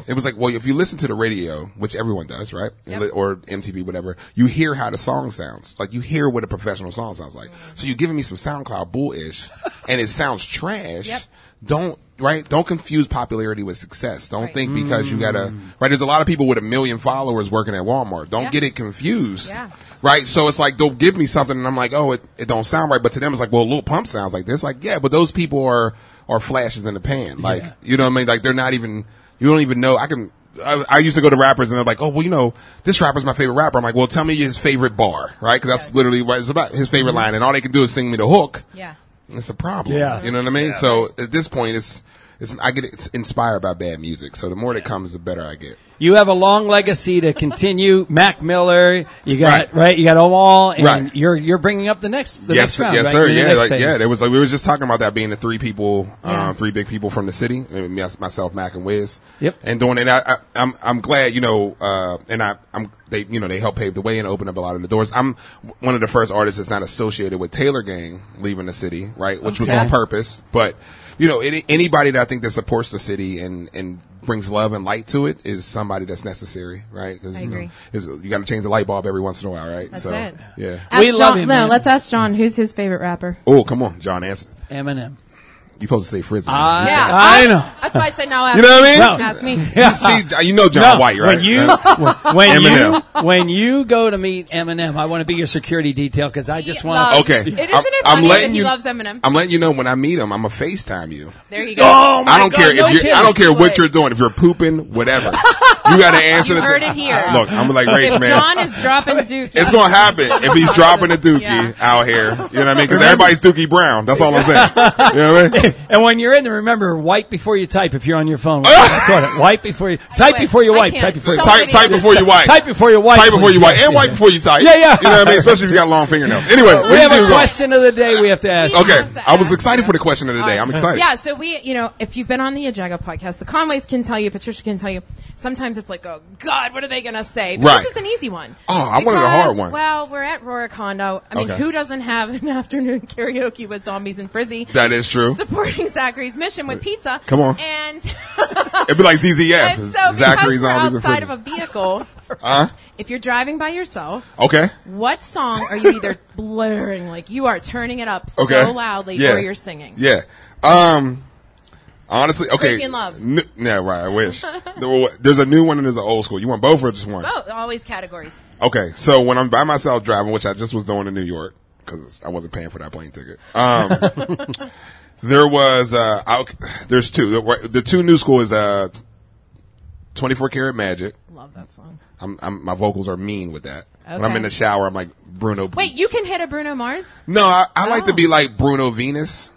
S16: It was like, well, if you listen to the radio, which everyone does, right?
S18: Yep.
S16: Li- Or MTV, whatever, you hear how the song sounds. Like you hear what a professional song sounds like. So you're giving me some SoundCloud bullish, and it sounds trash.
S18: Yep.
S16: Don't right? Don't confuse popularity with success. Don't
S18: Right.
S16: think
S3: Mm.
S16: because you gotta right. There's a lot of people with a million followers working at Walmart. Don't
S18: Yeah.
S16: get it confused.
S18: Yeah.
S16: Right, so oh, it's like they'll give me something, and I'm like, oh, it, it don't sound right. But to them, it's like, well, Lil Pump sounds like this. Like, yeah, but those people are are flashes in the pan. Like, you know what I mean? Like, they're not even. You don't even know. I can. I, I used to go to rappers, and they're like, oh, well, you know, this rapper's my favorite rapper. I'm like, well, tell me his favorite bar, right? Because that's literally what it's about. His favorite line, and all they can do is sing me the hook.
S4: Yeah.
S16: It's a problem.
S3: Yeah.
S16: You know what I mean?
S3: Yeah.
S16: So at this point, it's, it's, I get inspired by bad music. So the more that comes, the better I get.
S3: You have a long legacy to
S16: *laughs*
S3: continue. Mac Miller, you got right. You got Omal, and
S16: Right.
S3: you're you're bringing up the next. The
S16: yes,
S3: next round,
S16: yes,
S3: right?
S16: sir.
S3: The
S16: Yeah,
S3: next
S16: like,
S3: phase.
S16: yeah. There was like we were just talking about that being the three people,
S3: Yeah.
S16: um, three big people from the city. uh, me- myself, Mac, and Wiz.
S3: Yep.
S16: And doing it, I, I, I'm I'm glad you know, uh, and I I'm they you know they helped pave the way and open up a lot of the doors. I'm one of the first artists that's not associated with Taylor Gang leaving the city, right? Which was
S18: Okay.
S16: on purpose, but you know any, anybody that I think that supports the city and and brings love and light to it is somebody that's necessary, right? 'Cause,
S4: I
S16: you know,
S4: agree.
S16: is- you got to change the light bulb every once in a while, right?
S4: That's
S16: so
S4: it.
S16: yeah,
S4: Ask John, No, let's ask John. Who's his favorite rapper?
S16: Oh, come on, John Anson.
S3: Eminem.
S16: You supposed to say Frizzy.
S3: I-
S4: Yeah.
S3: I know.
S4: That's why I said no. Ask
S16: You know
S4: me.
S16: what I mean?
S4: Ask me.
S16: You see, you know John
S3: No,
S16: White, right? Uh,
S3: When you
S4: *laughs*
S3: when you when you go to meet Eminem, I want to be your security detail because I just want.
S16: loves- Okay. It- isn't I'm- it I'm funny letting that he you- loves
S4: Eminem.
S16: I'm letting you know when I meet him, I'm gonna FaceTime you.
S4: There you
S16: go.
S3: Oh
S16: I don't care if you're, I don't care what you're doing. If you're pooping, whatever, you got to answer.
S4: You
S16: the
S4: heard it here.
S16: Look, I'm like Rach,
S4: if
S16: man.
S4: John is dropping Duke.
S16: it's gonna happen if he's dropping a dookie out here. You know what I mean? Because everybody's Dookie Brown. That's all I'm saying. You know what I *laughs* mean?
S3: And when you're in there, remember wipe before you type. If you're on
S16: *laughs*
S3: your phone, Record it. wipe before you type before you
S16: I
S3: wipe.
S16: can't.
S3: Type before you
S16: Type- type before you wipe.
S3: Type before you wipe.
S16: Type before you
S3: please.
S16: wipe, and
S3: Yes,
S16: wipe
S3: yes.
S16: before you type.
S3: Yeah, yeah.
S16: You know what I mean? Especially if you got long
S3: *laughs*
S16: fingernails. Anyway, what
S3: we
S16: do you
S3: have
S16: do,
S3: a
S16: Rach?
S3: question of the day we have to ask.
S16: Okay, I was excited for the question of the day. I'm excited.
S4: Yeah, so we, you know, if you've been on the Ajaga podcast, the Conways can tell you, Patricia can tell you. Sometimes it's like, oh God, what are they gonna say? But
S16: Right.
S4: This is an easy one.
S16: Oh, I wanted a hard
S4: Because,
S16: one.
S4: Well, we're at Rora Condo. I mean,
S16: Okay.
S4: who doesn't have an *laughs* afternoon karaoke with zombies and frizzy?
S16: That is true.
S4: Supporting Zachary's mission with pizza.
S16: Come on.
S4: And
S16: It'd be like
S4: *laughs*
S16: ZZF.
S4: and so
S16: Zachary
S4: because we're
S16: Zombies and
S4: outside of
S16: Frizzy.
S4: a vehicle,
S16: *laughs* Huh? Oh.
S4: if you're driving by yourself,
S16: Okay.
S4: What song are you
S16: *laughs*
S4: either blaring, like you are turning it up
S16: Okay.
S4: so loudly,
S16: Yeah.
S4: or you're singing?
S16: Yeah. Um. Honestly, okay.
S4: Crazy in Love.
S16: N- yeah, right. I wish. There were- there's a new one and there's an old school. You want both or just one?
S4: Oh, always categories.
S16: Okay. So when I'm by myself driving, which I just was doing in New York because I wasn't paying for that plane ticket. Um. there was uh. I'll, there's two. The, the two new school is uh. 24 karat magic.
S4: Love that song.
S16: I'm, I'm, my vocals are mean with that. When I'm
S4: Okay.
S16: in the shower, I'm like Bruno.
S4: Wait, you can hit a Bruno
S16: *laughs*
S4: Mars?
S16: No, I, I like to be like Bruno Venus.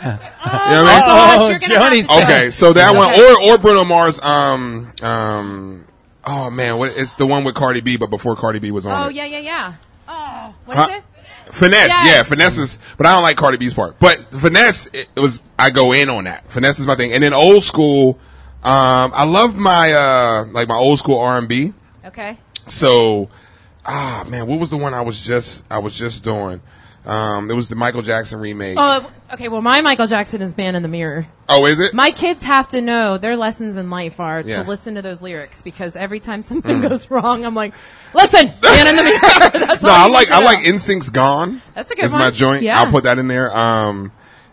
S16: You know what
S4: gosh,
S16: I
S4: Oh,
S16: mean?
S4: you're gonna have Johnny's to-
S16: okay, so that
S4: Yeah.
S16: one or or Bruno Mars. Um, um, oh man, what, it's the one with Cardi B, but before Cardi B was on
S4: Oh
S16: it.
S4: yeah, yeah, yeah. Oh, what
S16: Huh?
S4: is it?
S16: Finesse,
S4: Yes.
S16: yeah, finesse is, but I don't like Cardi B's part. But finesse, it, it was I go in on that. Finesse is my thing, and then old school. Um, I love my uh like my old school R and B.
S4: Okay.
S16: So, ah man, what was the one I was just I was just doing? Um, it was the Michael Jackson remake.
S4: Oh, okay. Well, my Michael Jackson is Man in the Mirror.
S16: oh, is it?
S4: My kids have to know their lessons in life are
S16: Yeah.
S4: to listen to those lyrics because every
S16: *laughs*
S4: time something
S16: Mm.
S4: goes wrong, I'm like, "Listen, Man in the Mirror." *laughs* That's
S16: no,
S4: all
S16: I
S4: need
S16: like
S4: to
S16: I
S4: know.
S16: like Instinct's Gone.
S4: That's a good
S16: It's
S4: one.
S16: my joint.
S4: Yeah.
S16: I'll put that in there. Um,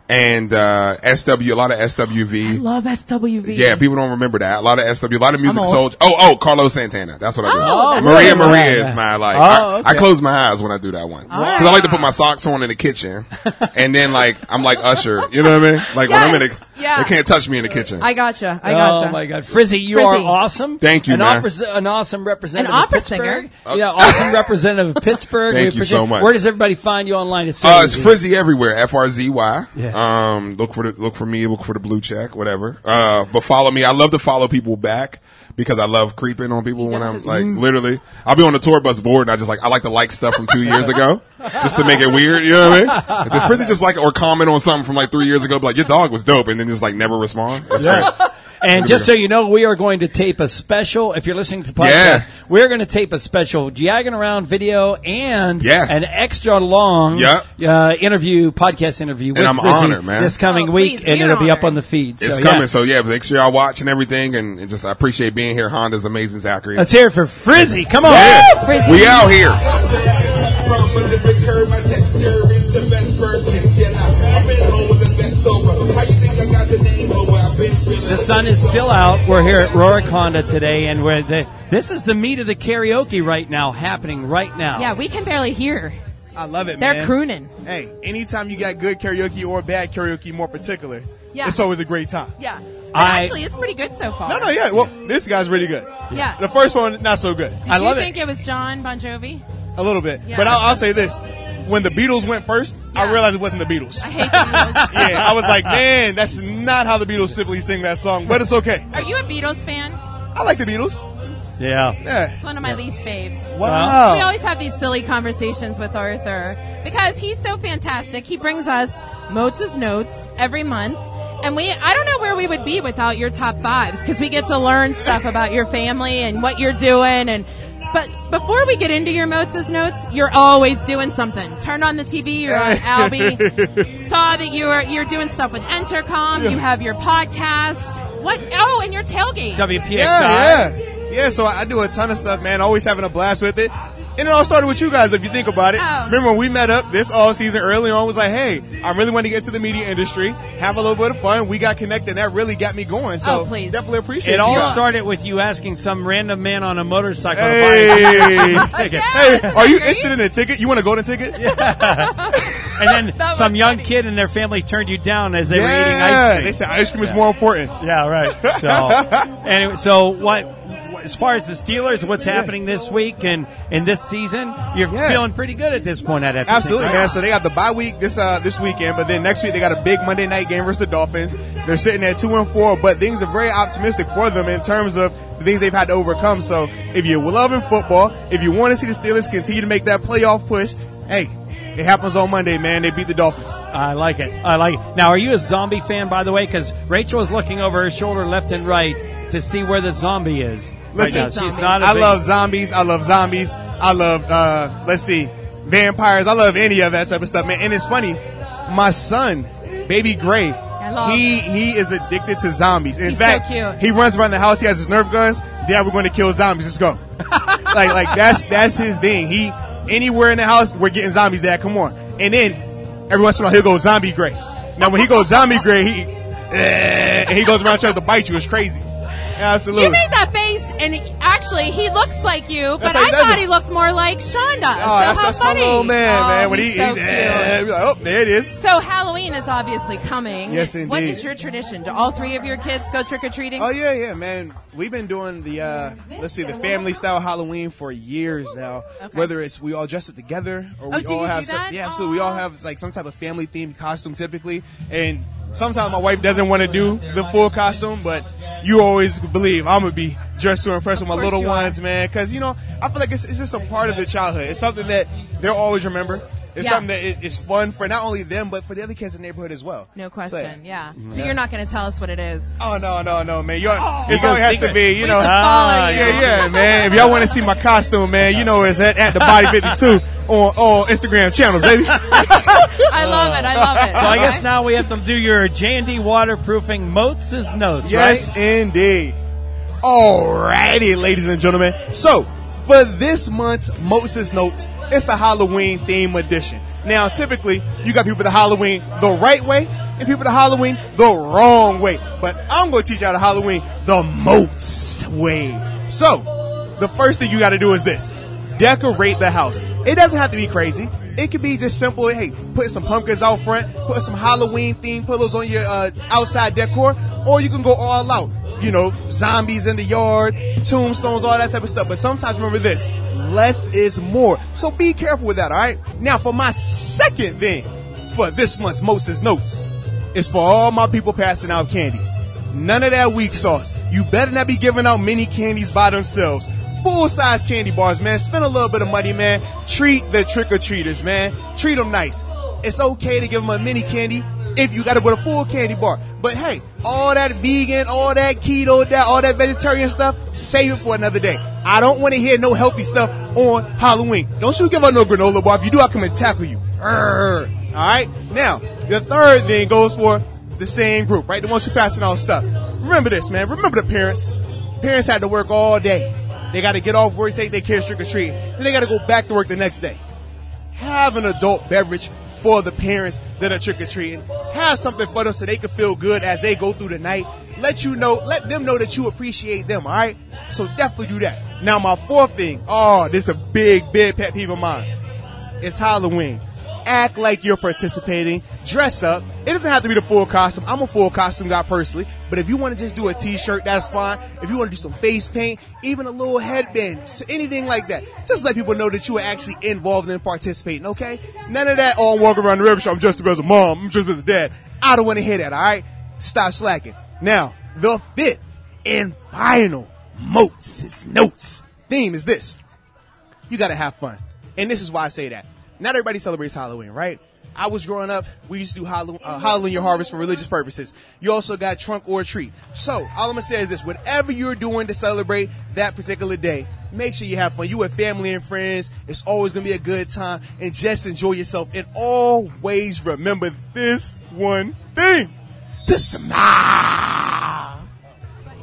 S16: and uh, SW, a lot of SWV.
S4: Love SWV.
S16: yeah, people don't remember that. A lot of SW, a lot of music
S4: old.
S16: sold. Oh, oh, Carlos Santana. That's what I do.
S4: Oh, that's
S16: Maria
S4: good.
S16: Maria
S4: Yeah,
S16: is my like.
S4: Oh,
S16: I,
S4: okay.
S16: I close my eyes when I do that one because I like to put my socks on in
S4: *laughs*
S16: the kitchen, and then like I'm like Usher. You know what I mean? Like when I'm in the,
S4: Yeah.
S16: they can't touch me in the kitchen.
S4: I gotcha. I
S3: Oh
S4: gotcha.
S3: my God, Frizzy, you are
S4: Frizzy.
S3: awesome.
S16: Thank you,
S3: an
S16: man.
S3: Opera, an awesome representative.
S4: An opera
S3: of Pittsburgh.
S4: singer.
S3: Yeah, awesome
S16: *laughs*
S3: representative of Pittsburgh.
S16: Thank
S3: We
S16: you so
S3: appreciate-
S16: much.
S3: Where does everybody find you online? It's
S16: Uh, it's Frizzy everywhere. F R Z Y.
S3: Yeah.
S16: Um, look for the, look for me. Look for the blue check. Whatever. Uh, but follow me. I love to follow people back because I love creeping on people when I'm like
S3: Mm-hmm.
S16: literally. I'll be on the tour bus board and I just like I like to like stuff from two years ago
S3: *laughs*
S16: just to make it weird. You know what I mean? If the Frizzy just like or comment on something from like three years ago, be like your dog was dope, and then just like never respond. That's
S3: Yeah.
S16: great.
S3: And just so you know, we are going to tape a special. If you're listening to the podcast,
S16: Yeah.
S3: we're going to tape a special Jagging Around video and an extra long
S16: Yeah.
S3: uh, interview, podcast interview.
S16: And
S3: with
S16: I'm
S3: Frizzy
S16: honored, man.
S3: This coming
S4: Oh,
S3: week,
S4: please,
S3: and
S4: we're
S3: it'll be up
S4: honored.
S3: on the feed.
S16: It's
S3: yeah.
S16: coming. So yeah, make sure y'all watch and everything, and, and just I appreciate being here. Honda's amazing, Zachary.
S3: Let's hear it for Frizzy. Come on.
S16: Yeah. We out here.
S3: The sun is still out. We're here at Rorick Honda today, and we're the, this is the meat of the karaoke right now, happening right now.
S4: Yeah, we can barely hear.
S17: I love it,
S4: They're
S17: man.
S4: crooning.
S17: Hey, anytime you got good karaoke or bad karaoke, more particular,
S4: Yeah.
S17: it's always a great time.
S4: Yeah. But
S17: I-
S4: actually, it's pretty good so far.
S17: No, no, yeah. Well, this guy's really good.
S4: Yeah.
S17: The first one, not so good.
S4: Did you think it. was John Bon Jovi?
S17: a little bit.
S4: Yeah.
S17: But I'll, I'll say this: when the Beatles went first, I realized it wasn't the Beatles. I
S4: hate the
S17: *laughs*
S4: Beatles.
S17: yeah, I was like, man, that's not how the Beatles simply sing that song, but it's okay.
S4: Are you a Beatles fan?
S17: I like the Beatles.
S3: Yeah.
S4: It's one of my least faves.
S17: Wow.
S4: We always have these silly conversations with Arthur
S15: because he's so fantastic. He brings us Moats' notes every month. And we, I don't know where we would be without your top fives because we get to learn stuff about your family and what you're doing. And, but before we get into your Moats' notes, you're always doing something. Turn on the TV, you're on Albie. Saw that you are, you're doing stuff with Entercom. You have your podcast. What? Oh, and your tailgate.
S10: WPXI.
S17: Yeah, yeah. Yeah, so I I do a ton of stuff, man. Always having a blast with it. And it all started with you guys, if you think about it. Remember when we met up this all season early on? Was like, hey, I really want to get into the media industry, have a little bit of fun. We got connected, and that really got me going. So
S15: Oh, please.
S17: definitely appreciate
S10: It all
S17: you guys.
S10: started with you asking some random man on a motorcycle
S16: *laughs*
S10: to
S17: Hey, *laughs*
S10: buy a ticket. *laughs*
S17: hey, are you interested in a ticket? You want to go golden ticket?
S10: And then some young kid and their family turned you down as they were eating
S17: Yeah,
S10: ice cream.
S17: they said ice cream is more important. *laughs*
S10: Yeah, right. So, anyway, so what? As far as the Steelers, what's happening this week and and this season? You're feeling pretty good at this point. I'd have to
S17: Absolutely,
S10: think, right?
S17: man. So they got the bye week this uh, this weekend, but then next week they got a big Monday night game versus the Dolphins. They're sitting at two and four, but things are very optimistic for them in terms of the things they've had to overcome. So if you're loving football, if you want to see the Steelers continue to make that playoff push, hey, it happens on Monday, man. They beat the Dolphins.
S10: I like it. I like it. Now, are you a zombie fan, by the way? Because Rachel is looking over her shoulder, left and right, to see where the zombie is.
S17: Listen,
S10: right now. she's not. a
S17: I
S10: big-
S17: love zombies. I love zombies. I love uh, let's see, vampires. I love any of that type of stuff, man. And it's funny, my son, baby Gray,
S15: love
S17: he he is addicted to zombies. In
S15: He's so
S17: fact,
S15: cute.
S17: he runs around the house. He has his Nerf guns. Dad, we're going to kill zombies. Let's go. like like that's that's his thing. He anywhere in the house, we're getting zombies. Dad, come on. And then every once in a while he'll go zombie Gray. Now when he goes zombie Gray, he *laughs* eh, and he goes around trying to bite you. It's crazy. Absolutely.
S15: You made that face, and he- actually, he looks like you, but
S17: That's how
S15: I
S17: he does
S15: thought
S17: it.
S15: he looked more like Sean does. so
S17: Oh, that's,
S15: how
S17: that's my
S15: funny.
S17: little man,
S15: Oh,
S17: man. When he,
S15: he's so
S17: he-
S15: cute.
S17: yeah, be like, oh, there it is.
S15: So Halloween is obviously coming.
S17: Yes,
S15: What
S17: indeed.
S15: is your tradition? Do all three of your kids go trick or treating?
S17: Oh yeah, yeah, man. We've been doing the uh, let's see, the family style Halloween for years now. Whether it's we all dress up together, or
S15: Oh,
S17: we
S15: do
S17: all
S15: you
S17: have
S15: do
S17: some,
S15: that?
S17: yeah, absolutely. We all have like some type of family themed costume typically, and sometimes my wife doesn't want to do the full costume, but you always believe I'm gonna be dressed to impress with my
S18: course
S17: little
S18: you
S17: ones, man. Because you know, I feel like it's, it's just a part of the childhood. It's something that they'll always remember. It's
S15: Yeah.
S17: something that it, it's fun for not only them but for the other kids in the neighborhood as well.
S15: No
S17: So,
S15: question. yeah. So
S17: Mm-hmm. Yeah.
S15: you're not going to tell us what it
S17: *laughs*
S15: is.
S17: Oh no no no man! You're,
S15: You
S17: it's
S15: go
S17: only has to
S15: secret.
S17: be you know.
S15: We follow you.
S17: yeah yeah man. If y'all want to see my costume, man, you know where it's at at the Body Fifty Two on all Instagram channels, baby.
S15: I love it. I love it.
S10: So I guess now we have to do your Jandy waterproofing Moats' notes,
S17: Yes,
S10: right?
S17: indeed. Alrighty, ladies and gentlemen. So, for this month's Moses Note, it's a Halloween theme edition. Now, typically, you got people to Halloween the right way and people to Halloween the wrong way. But I'm going to teach you how to Halloween the Moats way. So, the first thing you got to do is this decorate the house. It doesn't have to be crazy. It could be just simple. Hey, put some pumpkins out front, put some Halloween themed pillows on your uh, outside decor, or you can go all out. You know, zombies in the yard, tombstones, all that type of stuff. But sometimes remember this less is more. So be careful with that, all right? Now, for my second thing for this month's Moses Notes is for all my people passing out candy. None of that weak sauce. You better not be giving out mini candies by themselves. Full size candy bars, man. Spend a little bit of money, man. Treat the trick or treaters, man. Treat them nice. It's okay to give them a mini candy if you got to with a full candy bar. But hey, all that vegan, all that keto, that all that vegetarian stuff, save it for another day. I don't want to hear no healthy stuff on Halloween. Don't you give out no granola bar. If you do, I'll come and tackle you. All right. Now, the third thing goes for the same group, right? The ones who passing out stuff. Remember this, man. Remember the parents. Parents had to work all day. They got to get off work, take their kids trick or treat, then they got to go back to work the next day. Have an adult beverage for the parents that are trick or treating. Have something for them so they can feel good as they go through the night. Let you know, let them know that you appreciate them. All right. So definitely do that. Now my fourth thing. Oh, this is a big, big pet peeve of mine. It's Halloween. Act like you're participating. Dress up. It doesn't have to be the full costume. I'm a full costume guy personally, but if you want to just do a t-shirt, that's fine. If you want to do some face paint, even a little headband, s- anything like that, just let people know that you are actually involved and participating. Okay? None of that. Oh, I'm walking around the river. I'm dressed up as a mom. I'm dressed up as a dad. I don't want to hear that. All right? Stop slacking. Now, the fifth and final Moses Notes. Theme is this. You gotta have fun. And this is why I say that. Not everybody celebrates Halloween, right? I was growing up, we used to do Halloween, uh, Halloween your harvest for religious purposes. You also got trunk or treat. So, all I'm gonna say is this, whatever you're doing to celebrate that particular day, make sure you have fun. You with family and friends, it's always gonna be a good time, and just enjoy yourself. And always remember this one thing. To smile.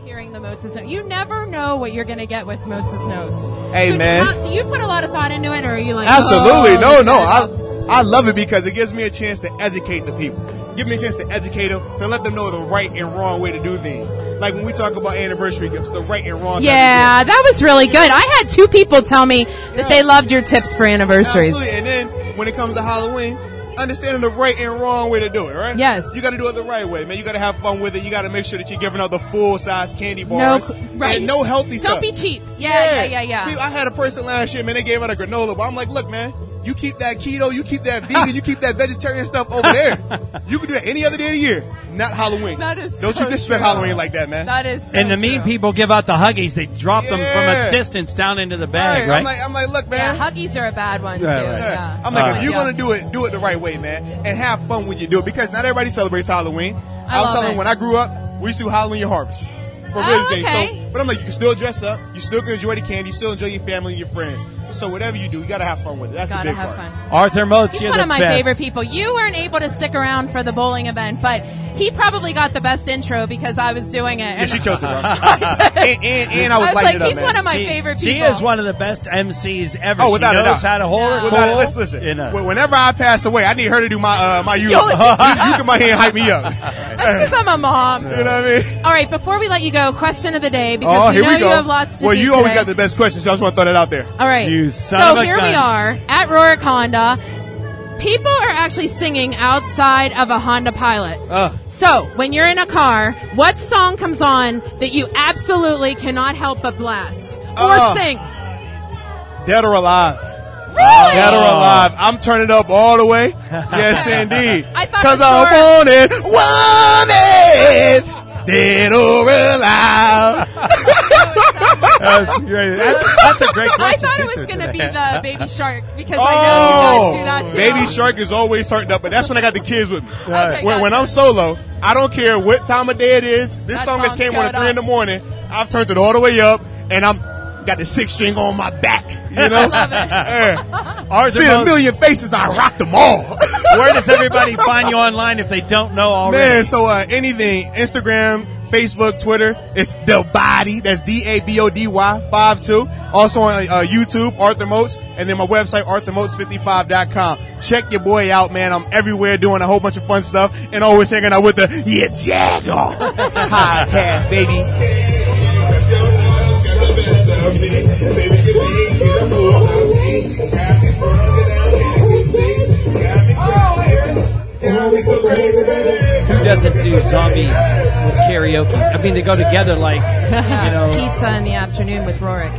S4: hearing the Moses note. You never know what you're going to get with Moses notes.
S17: Hey,
S4: So do
S17: man.
S4: you- Do you put a lot of thought into it, or are you like
S17: Absolutely.
S4: "Oh,
S17: no,
S4: this
S17: no.
S4: guy loves
S17: I, I love it because it gives me a chance to educate the people. Give me a chance to educate them, to let them know the right and wrong way to do things. Like when we talk about anniversary gifts, the right and wrong.
S4: Yeah, that was really good. I had two people tell me that they loved your tips for anniversaries.
S17: Absolutely. And then when it comes to Halloween, understanding the right and wrong way to do it, right?
S4: Yes.
S17: You got to do it the right way, man. You got to have fun with it. You got to make sure that you're giving out the full size candy bars.
S4: cl- right.
S17: And no healthy
S4: Don't
S17: stuff.
S4: be cheap. Yeah, yeah, yeah, yeah.
S17: People- I had a person last year, man. They gave out a granola bar. I'm like, look, man. You keep that keto, you keep that vegan, you keep that vegetarian stuff
S4: *laughs*
S17: over there. You can do that any other day of the year, not Halloween.
S4: That is
S17: Don't
S4: so
S17: you disrespect
S4: true.
S17: Halloween like that, man.
S4: That is.
S10: and the mean people give out the huggies. They drop them from
S17: Yeah.
S10: a distance down into the bag,
S17: I'm
S10: right?
S17: like, I'm like, look,
S4: Yeah,
S17: man.
S4: huggies are a bad one
S10: Yeah,
S4: too.
S10: right.
S4: Yeah.
S17: I'm like,
S10: All
S17: if
S10: right.
S17: you're gonna do it, do it the right way, man, and have fun when you do it because not everybody celebrates Halloween. I, was
S4: love
S17: telling
S4: it.
S17: when I grew up, we used to do Halloween your harvest for
S4: Oh,
S17: Mother's Day.
S4: okay.
S17: So, but I'm like, you can still dress up, you still can enjoy the candy, you still enjoy your family and your friends. So whatever you do, you gotta have fun with it. That's
S4: Gotta
S17: the big
S4: have
S17: part.
S4: fun.
S10: Arthur Motes,
S4: He's
S10: you're
S4: one
S10: the
S4: of my
S10: best.
S4: favorite people. You weren't able to stick around for the bowling event, but he probably got the best intro because I was doing it.
S10: Yeah,
S4: And
S10: she
S4: *laughs*
S17: killed it, bro.
S10: and,
S17: and,
S4: I was I was lighting like, it up, he's man. one of my
S10: she,
S4: favorite
S10: She
S4: people.
S10: is one of the best MCs ever.
S17: Oh, without
S10: she
S17: a
S10: knows
S17: doubt.
S10: how to hold it
S17: Without-
S10: cool.
S17: let's listen.
S10: You know.
S17: Wh- Whenever I pass away, I need her to do my uh,
S4: *laughs*
S17: my you. you, you come out here and hype me up. *laughs*
S4: because I'm a mom.
S17: You know what I mean?
S4: All right, before we let you go, question of the day because
S17: oh,
S4: we
S17: here
S4: know
S17: we go.
S4: you have lots to
S17: well,
S4: do
S17: you always
S4: today.
S17: got the best questions, so I just want to throw that out there.
S4: All right.
S10: You son
S4: so
S10: of a
S4: here we
S10: gun.
S4: are at Rorick Honda. People are actually singing outside of a Honda Pilot.
S17: Uh,
S4: So when you're in a car, what song comes on that you absolutely cannot help but blast or
S17: Oh.
S4: sing?
S17: Dead or alive.
S4: Really?
S17: Dead or alive. I'm turning it up all the way.
S4: *laughs*
S17: Yes, indeed.
S4: I thought
S17: Cause
S4: for
S17: I
S4: sure-
S17: want it. Want it. Dead
S4: *laughs*
S17: or alive.
S10: That's, great. That's- that's a
S4: *laughs*
S10: great
S4: I
S10: question.
S4: thought it
S10: too,
S4: was going to
S10: today.
S4: be the Baby Shark because
S17: Oh,
S4: I know you guys do that too.
S17: Baby Shark is always turned up, but that's when I got the kids
S4: *laughs*
S17: with me.
S10: Okay,
S17: when, when I'm solo, I don't care what time of day it is. This
S4: That
S17: song just
S4: song
S17: came on
S4: showed
S17: at three in the
S4: up.
S17: morning. I've turned it all the way up, and I'm got the six string on my back. You
S4: *laughs*
S17: know,
S10: I love
S17: Yeah.
S10: Ours
S17: See
S10: are
S17: a
S10: most-
S17: million faces, I rock them all. *laughs*
S10: Where
S4: *laughs*
S10: does everybody find you online if they don't know already?
S17: Man, so uh, anything, Instagram, Facebook, Twitter, it's Del Body. That's D A B O D Y 5 2. Also on uh, YouTube, Arthur Motes. And then my website, arthurmotes55.com. Check your boy out, man. I'm everywhere doing a whole bunch of fun stuff and always hanging out with the Yeah
S10: *laughs*
S17: Jaguar podcast, baby.
S10: Who doesn't do zombie with karaoke? I mean, they go together like, you know.
S4: Pizza in the afternoon with
S19: *laughs*
S4: Rorick.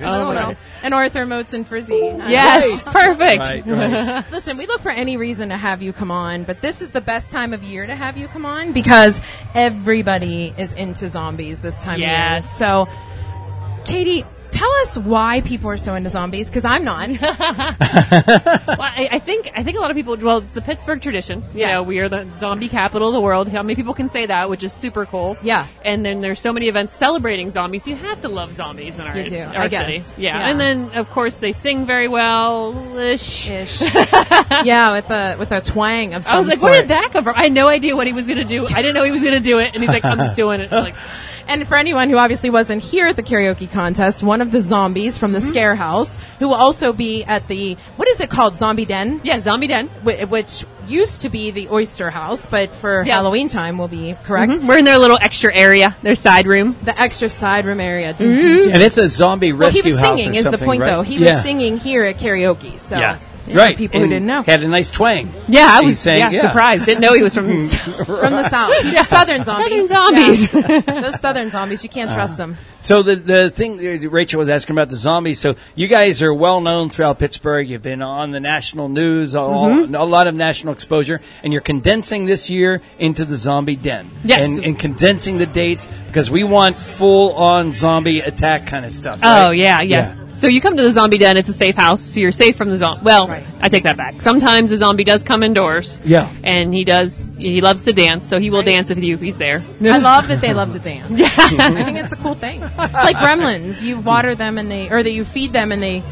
S10: Oh, my.
S4: And Arthur Motes and Frizzy.
S15: Yes, perfect.
S10: Right, right.
S4: *laughs* Listen, we look for any reason to have you come on, but this is the best time of year to have you come on because everybody is into zombies this time
S15: Yes.
S4: of year. So, Katie, tell us why people are so into zombies because I'm
S19: *laughs*
S4: not.
S19: well, I, I think I think a lot of people. Well, it's the Pittsburgh tradition. You
S4: Yeah.
S19: know, we are the zombie capital of the world. How many people can say that? Which is super cool.
S4: Yeah.
S19: And then there's so many events celebrating zombies. You have to love zombies in our,
S4: You do,
S19: our
S4: I guess.
S19: city. Yeah.
S4: Yeah.
S19: And then of course they sing very well ish. *laughs*
S4: yeah, with a with a twang of some
S19: I was like,
S4: sort.
S19: where did that come from? I had no idea what he was gonna do. I didn't know he was gonna do it, and he's like, *laughs* I'm doing it. I'm like,
S4: And for anyone who obviously wasn't here at the karaoke contest, one of the zombies from the
S19: Mm-hmm.
S4: Scare House, who will also be at the what is it called, Zombie Den?
S19: Yeah, Zombie Den,
S4: which used to be the Oyster House, but for
S19: Yeah.
S4: Halloween time will be correct.
S19: Mhm. We're in their little extra area, their side room. Mm-hmm.
S4: The extra side room area.
S3: And it's a zombie
S4: well, he
S3: rescue
S4: was
S3: house
S4: singing
S3: or
S4: is the
S3: something,
S4: point
S3: right?
S4: though. He
S3: yeah.
S4: was singing here at karaoke, so
S3: Yeah.
S4: for
S3: right.
S4: people who
S3: and
S4: didn't know.
S3: Had a nice twang.
S19: Yeah, I
S3: He
S19: was
S3: sang,
S19: yeah, surprised. Didn't know he was *laughs* from-
S4: from the south. He's a
S19: *laughs*
S4: southern zombie.
S19: Southern zombies.
S4: Yeah. *laughs* Those southern zombies, you can't
S3: Uh-huh.
S19: Uh,
S4: trust them.
S3: So the the thing uh, Rachel was asking about the zombies. So you guys are well known throughout Pittsburgh. You've been on the national news, all,
S4: Mm-hmm.
S19: Mhm.
S3: a lot of national exposure, and you're condensing this year into the zombie den.
S19: Yes.
S3: and, and condensing the dates because we want full on zombie attack kind of stuff.
S4: Uh,
S19: Oh
S3: right?
S19: yeah, yes. So you come to the zombie den; it's a safe house, so you're safe from the zombie. Well, I take that back. Sometimes the zombie does come indoors.
S3: Yeah.
S19: and he does. He loves to dance, so he will dance with you if he's there. *laughs*
S4: I love that they love to dance. Yeah. I think it's a cool thing. It's like gremlins. You water them and they, or that you feed them and they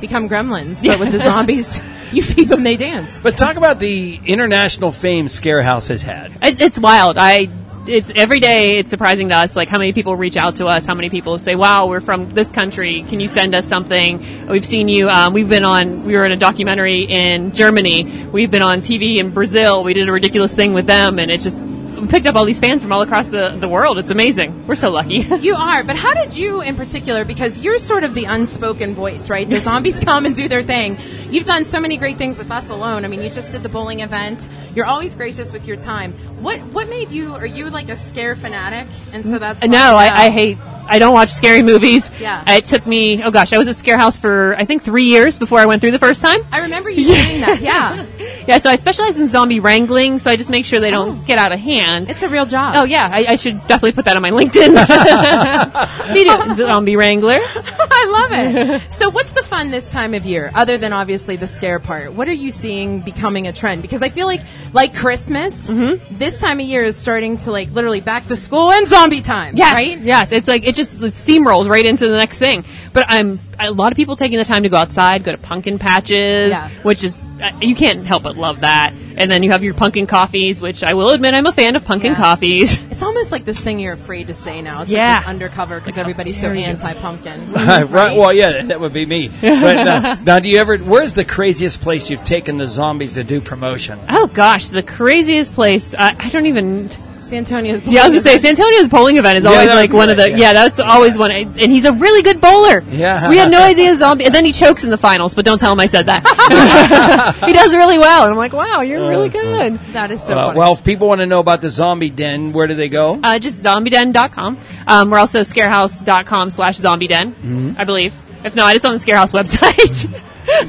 S4: become gremlins. But with the
S3: Yeah.
S4: zombies, *laughs* you feed them, they dance.
S3: But talk about the international fame Scare House has had.
S19: It's, it's wild. I. It's every day. It's surprising to us, like how many people reach out to us, how many people say, "Wow, we're from this country. Can you send us something?" We've seen you. Um, we've been on. We were in a documentary in Germany. We've been on TV in Brazil. We did a ridiculous thing with them, and it just we picked up all these fans from all across the, the world. It's amazing. We're so lucky. *laughs*
S4: You are, but how did you in particular, because you're sort of the unspoken voice, right? The
S19: *laughs*
S4: zombies come and do their thing. You've done so many great things with us alone. I mean, you just did the bowling event. You're always gracious with your time. What what made you, are you like a scare fanatic? And so that's.
S19: no,
S4: like,
S19: I, I
S4: yeah.
S19: hate. I don't watch scary movies.
S4: Yeah.
S19: It took me. Oh gosh, I was at Scare House for I think three years before I went through the first time.
S4: I remember you saying
S19: *laughs*
S4: that, yeah.
S19: Yeah, so I specialize in zombie wrangling, so I just make sure they don't get out of hand.
S4: It's a real job.
S19: Oh yeah, I, I should definitely put that on my LinkedIn. *laughs* Media zombie wrangler.
S4: *laughs* I love it. So, what's the fun this time of year, other than obviously the scare part? What are you seeing becoming a trend? Because I feel like, like Christmas,
S19: Mm-hmm.
S4: this time of year is starting to like literally back to school and zombie time.
S19: Yes,
S4: right?
S19: yes. It's like it just it steamrolls right into the next thing. But I'm a lot of people taking the time to go outside, go to pumpkin patches,
S4: Yeah.
S19: which is uh, you can't help but love that. And then you have your pumpkin coffees, which I will admit I'm a fan of pumpkin coffees. *laughs*
S4: It's almost like this thing you're afraid to say now. It's
S19: Yeah.
S4: like this undercover because everybody's so
S19: dare you.
S4: anti-pumpkin.
S3: *laughs* right. Well, yeah, that would be me. But uh, now, do you ever? Where's the craziest place you've taken the zombies to do promotion?
S19: Oh gosh, the craziest place. I, I don't even.
S4: San Antonio's.
S19: Yeah, I was gonna say San Antonio's bowling event is
S3: Yeah,
S19: always
S3: that
S19: like
S3: would be
S19: one of the.
S3: right,
S19: Yeah,
S3: yeah.
S19: that's always one. And he's a really good bowler.
S3: Yeah.
S19: We had no idea zombie, and then he chokes in the finals. But don't tell him I said that. *laughs* he does really well, and I'm like, wow, you're
S11: Uh,
S3: Oh,
S19: really
S3: that's
S19: good.
S4: That is
S3: Uh, well, if people want to know about the zombie den, where do they go?
S19: Uh, just zombieden.com. Um, we're also scarehouse.com slash zombieden,
S3: Mhm.
S19: I believe. If not, it's on the Scarehouse website.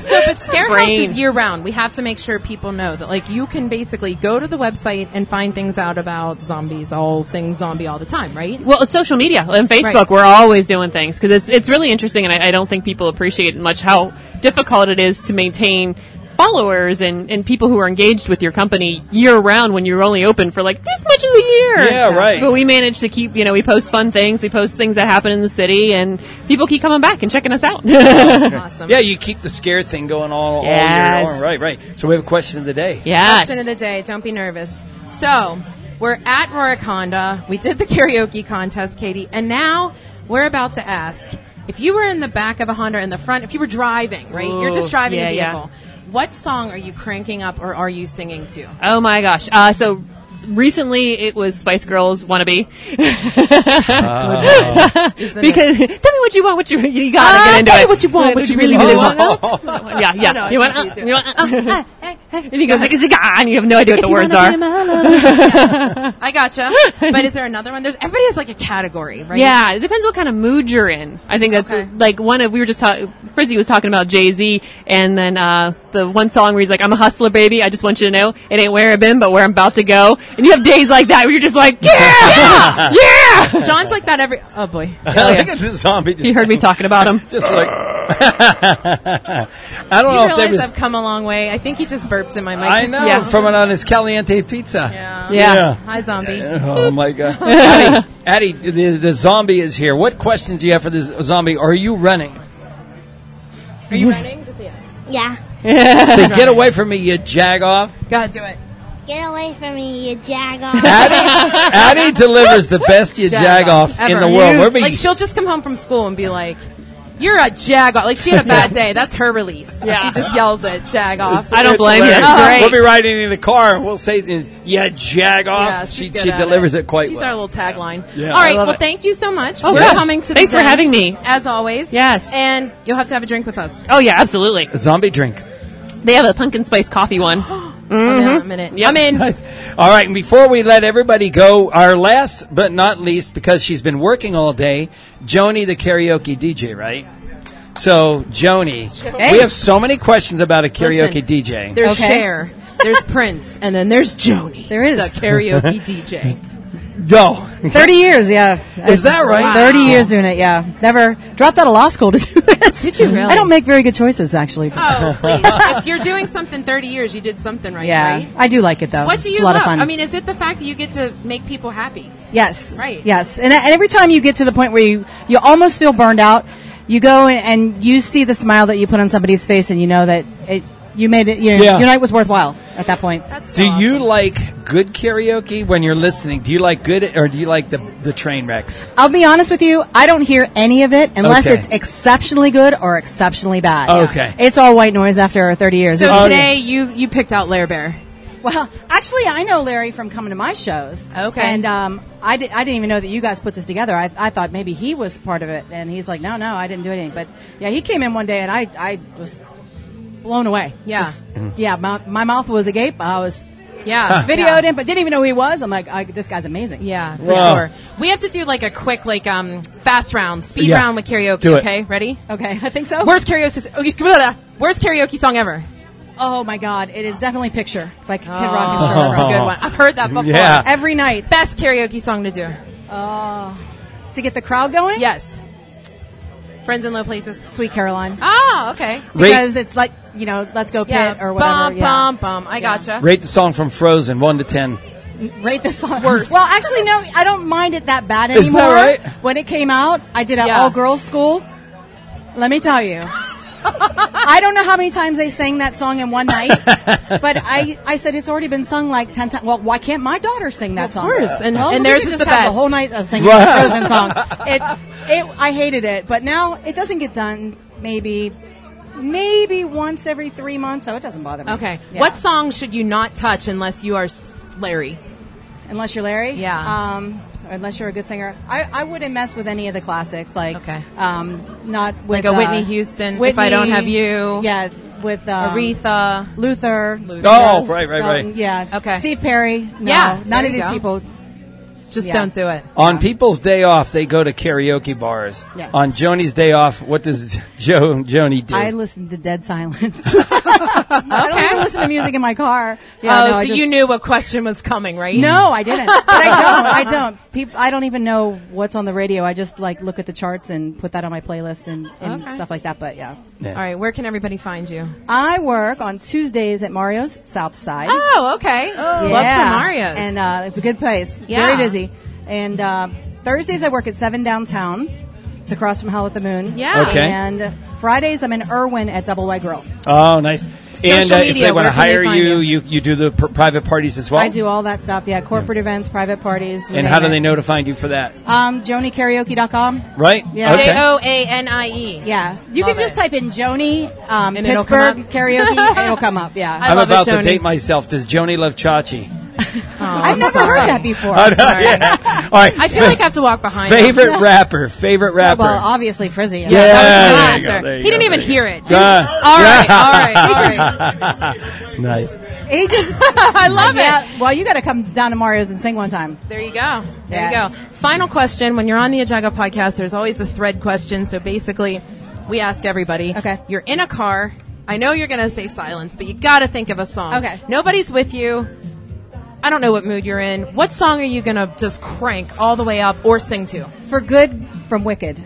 S4: so, but Scare House
S19: Brain.
S4: is year round. We have to make sure people know that, like, you can basically go to the website and find things out about zombies, all things zombie, all the time, right?
S19: *laughs* well, it's social media and Facebook.
S4: Right.
S19: We're always doing things because it's it's really interesting, and I, I don't think people appreciate much how difficult it is to maintain followers and, and people who are engaged with your company year round when you're only open for like this much of the year.
S3: Yeah, right.
S19: But we manage to keep you know we post fun things, we post things that happen in the city, and people keep coming back and checking us out.
S3: Yeah, you keep the scare thing going all, all
S19: Yes.
S3: year long. Right, right. So we have a question of the day.
S4: Question of the day. Don't be nervous. So, we're at Roriconda. We did the karaoke contest, Katie, and now we're about to ask if you were in the back of a Honda in the front, if you were driving, right? You're just
S19: Ooh,
S4: driving
S19: yeah,
S4: a
S19: yeah.
S4: vehicle. What song are you cranking up or are you singing to?
S19: Oh my gosh. Uh, so recently it was Spice Girls Wannabe.
S4: *laughs*
S19: because tell me what you want, what you you gotta get into
S4: tell
S19: it. Oh.
S4: me what you want, what you really, really want.
S19: Yeah,
S4: *laughs*
S19: yeah.
S4: No, no,
S19: you
S4: Ah! I
S19: want?
S4: see you do
S19: Uh,
S4: it.
S19: you want? Uh, uh, and he goes like, "Is it gone?" And you have no idea what the words are.
S4: *laughs* I gotcha. But is there another one? There's everybody has like a category, right?
S19: Yeah, it depends what kind of mood you're in. I think that's uh, like one of we were just talking. Frizzy was talking about Jay Z, and then uh, the one song where he's like, "I'm a hustler, baby. I just want you to know it ain't where I've been, but where I'm about to go." And you have days like that where you're just like, "Yeah, yeah, yeah."
S4: John's like that every. Oh boy.
S3: Look at the zombie.
S19: He heard me talking about
S20: *laughs*
S19: him.
S3: Just like I don't
S4: you
S3: know Oh, if
S4: realize
S3: that was.
S4: I've come a long way. I think he just burped in my mic.
S3: I know
S4: Yeah.
S3: from an honest caliente pizza.
S4: Yeah.
S3: Yeah.
S4: Hi, zombie.
S3: Oh
S4: *laughs*
S3: my god, Addie, Addie the, the zombie is here. What questions do you have for this zombie? Are you running?
S4: Are you running? Just yeah.
S5: Yeah.
S3: Say, get away from me, you jag off.
S4: God, do it.
S5: Get away from me, you jagoff.
S3: Addie delivers the best you jag off in
S4: Ever.
S3: the world. We're being
S4: like she'll just come home from school and be like, "You're a jag off." Like she had a bad day. That's her release.
S19: Yeah.
S4: She just yells it, "Jag off."
S19: I don't
S3: It's
S19: blame you.
S3: hilarious.
S19: That's great.
S3: We'll be riding in the car and we'll say, "Yeah, jag off."
S4: Yeah, she's
S3: she
S4: good
S3: she
S4: at
S3: delivers it, quite
S4: She's
S3: well.
S4: our little tagline.
S3: Yeah.
S4: All
S3: I
S4: right.
S3: love
S4: Well,
S3: it.
S4: thank you so much
S19: Oh,
S4: for
S19: gosh.
S4: coming to. the
S19: Thanks for
S4: den,
S19: having me.
S4: as always.
S19: Yes.
S4: And you'll have to have a drink with us.
S19: Oh yeah, absolutely.
S3: Zombie drink.
S19: They have a pumpkin spice
S4: *gasps*
S19: coffee one.
S4: mm a minute.
S19: Yep. I'm in.
S3: *laughs* All right, and before we let everybody go, our last but not least, because she's been working all day, Joni the karaoke DJ, right? So, Joni,
S4: Hey.
S3: we have so many questions about a karaoke DJ.
S4: There's Cher, there's Prince, and then there's Joni. There
S20: is.
S4: the karaoke DJ.
S3: *laughs* Go.
S20: 30 years, yeah.
S4: Is that right?
S20: 30
S4: Wow.
S20: years doing it, yeah. Never dropped out of law school to do this. Did you
S4: really?
S20: I don't make very good choices, actually.
S4: Oh, please. if you're doing something 30 years, you did something right,
S20: yeah.
S4: right?
S20: I do like it, though.
S4: What
S20: it's
S4: do you
S20: a lot
S4: love?
S20: of fun.
S4: I mean, is it the fact that you get to make people happy?
S20: Yes.
S4: Right.
S20: Yes. And, and every time you get to the point where you, you almost feel burned out, you go and, and you see the smile that you put on somebody's face and you know that it, you made it, you know,
S3: Yeah.
S20: your night was worthwhile at that point.
S3: do you like good karaoke when you're listening? Do you like good or do you like the, the train wrecks?
S20: I'll be honest with you, I don't hear any of it unless
S3: Okay.
S20: it's exceptionally good or exceptionally bad.
S3: Okay.
S20: It's all white noise after 30 years.
S4: So
S20: It's-
S4: today you you picked out Lair Bear.
S20: Well, actually, I know Larry from coming to my shows. Okay. And um, I, di- I didn't even know that you guys put this together. I, I thought maybe he was part of it. And he's like, no, no, I didn't do anything. But yeah, he came in one day and I, I was blown away.
S4: Yeah.
S20: Just- yeah, my, my mouth was agape. I was
S4: Yeah.
S20: videoed him, but didn't even know who he was. I'm like, I, this guy's amazing.
S4: Yeah, for
S20: Wow.
S4: sure. We have to do like a quick, like, um, fast round, speed
S20: Yeah.
S4: round with karaoke.
S20: Do it.
S4: okay, ready?
S20: Okay, I think so.
S4: Worst karaoke, okay, blah, blah, worst karaoke song ever.
S20: Oh my God, it is definitely Picture by Kid
S4: Oh,
S20: Rock and Sugar.
S4: *laughs* that's a good one. I've heard that before.
S20: Yeah. Every night.
S4: Best karaoke song to do.
S20: Oh. To get the crowd going?
S4: Yes. Friends in Low Places.
S20: Sweet Caroline.
S4: Oh, okay.
S20: Because it's like, you know, let's go pit
S4: yeah,
S20: or whatever.
S4: Bum,
S20: yeah.
S4: bum, bum. I gotcha.
S3: Rate the song from Frozen, 1 to 10.
S20: rate this song. *laughs* Worst. Well, actually, no, I don't mind it that bad
S3: Is that
S20: anymore.
S3: right?
S20: When it came out, I did an
S4: Yeah.
S20: all girls school. Let me
S4: *laughs*
S20: tell you. I don't know how many times they sang that song in
S3: *laughs*
S20: one night, but I, I said it's already been sung like ten times. Well, why can't my daughter sing that song?
S4: course, and-
S20: Well,
S4: and
S20: we
S4: theirs
S20: could
S4: is
S20: just
S4: the
S20: have
S4: best.
S20: The whole night of singing
S4: Right.
S20: the
S3: *laughs*
S20: Frozen song. It, it, I hated it, but now it doesn't get done. Maybe, maybe once every three months, so it doesn't bother me.
S4: Okay.
S20: Yeah.
S4: What song should you not touch unless you are s- Larry?
S20: Unless you're Larry?
S4: Yeah.
S20: Um, unless you're a good singer. I, I wouldn't mess with any of the classics, like um, not
S4: Like
S20: with,
S4: a
S20: uh,
S4: Whitney Houston, If I Don't Have You.
S20: Yeah, with um,
S4: Aretha,
S20: Luther.
S4: Oh,
S20: Yes,
S4: right, right, right.
S20: um, yeah.
S4: Okay.
S20: Steve Perry. No,
S4: Yeah, there
S20: None of
S4: you
S20: these
S4: go.
S20: people.
S4: Just
S20: Yeah.
S4: don't do it.
S3: On people's day off, they go to karaoke bars.
S20: Yeah.
S3: On Joni's day off, what does jo- Joni do?
S20: I listen to
S4: *laughs*
S20: dead silence. I don't even listen to music in my car. Yeah,
S4: oh,
S20: no,
S4: so
S20: I just-
S4: you knew what question was coming, right?
S20: No, I didn't. But
S4: *laughs*
S20: I don't. I don't. People, I don't even know what's on the radio. I just like look at the charts and put that on my playlist and, and
S4: Okay.
S20: stuff like that. But yeah.
S4: All right, where can everybody find you?
S20: I work on Tuesdays at Mario's South Side.
S4: Oh, okay. Love
S20: Yeah.
S4: for Mario's.
S20: And uh, it's a good place.
S4: Yeah.
S20: Very busy. And uh, Thursdays I work at 7 downtown. It's across from Hell at the Moon.
S3: Yeah. Oh, Okay.
S20: And Fridays I'm in Irwin at Double White Grill.
S3: oh, nice.
S20: Social
S3: and if
S20: media,
S3: they want
S20: where
S3: to
S20: can they
S3: hire
S20: find
S3: you, you, you do the pr- private parties as well?
S20: I do all that stuff. Yeah, corporate events, private parties. you
S3: Oh. And how do
S20: name
S3: they
S20: it.
S3: know to find you for that?
S20: Um, JoniKaraoke.com.
S3: Right?
S20: Yeah.
S3: Okay.
S4: A N I E.
S20: Yeah. You can just type in Joni um,
S4: And it'll
S20: Pittsburgh
S4: come up.
S20: karaoke. and it'll come up. Yeah.
S3: I'm about to date myself. Does Joni love Chachi?
S20: *laughs*
S3: *laughs*
S20: I've never heard that before.
S3: I know, yeah. All right.
S20: I feel like I have to walk behind him.
S3: Favorite
S20: *laughs*
S3: rapper. Favorite rapper.
S20: Well, obviously Frizzy.
S3: Yeah, there
S20: That was
S3: you
S20: the
S3: go,
S20: answer.
S3: there you
S20: He didn't
S3: go,
S20: even
S3: there
S20: hear
S3: you
S20: it.
S3: go. Ah.
S20: All
S3: *laughs*
S20: right, all right, all
S3: nice.
S4: *laughs*
S20: He just. I
S4: love it.
S20: Well, you got to come down to Mario's and sing one time.
S4: There you go. There
S20: Yeah.
S4: you go. Final question. When you're on the Ajaga podcast, there's always a thread question. So basically, we ask everybody. Okay. You're in a car. I know you're going to say silence, but you got to think of a song.
S20: Okay.
S4: Nobody's with you. I don't know what mood you're in. What song are you going to just crank all the way up or sing to?
S20: For good from Wicked.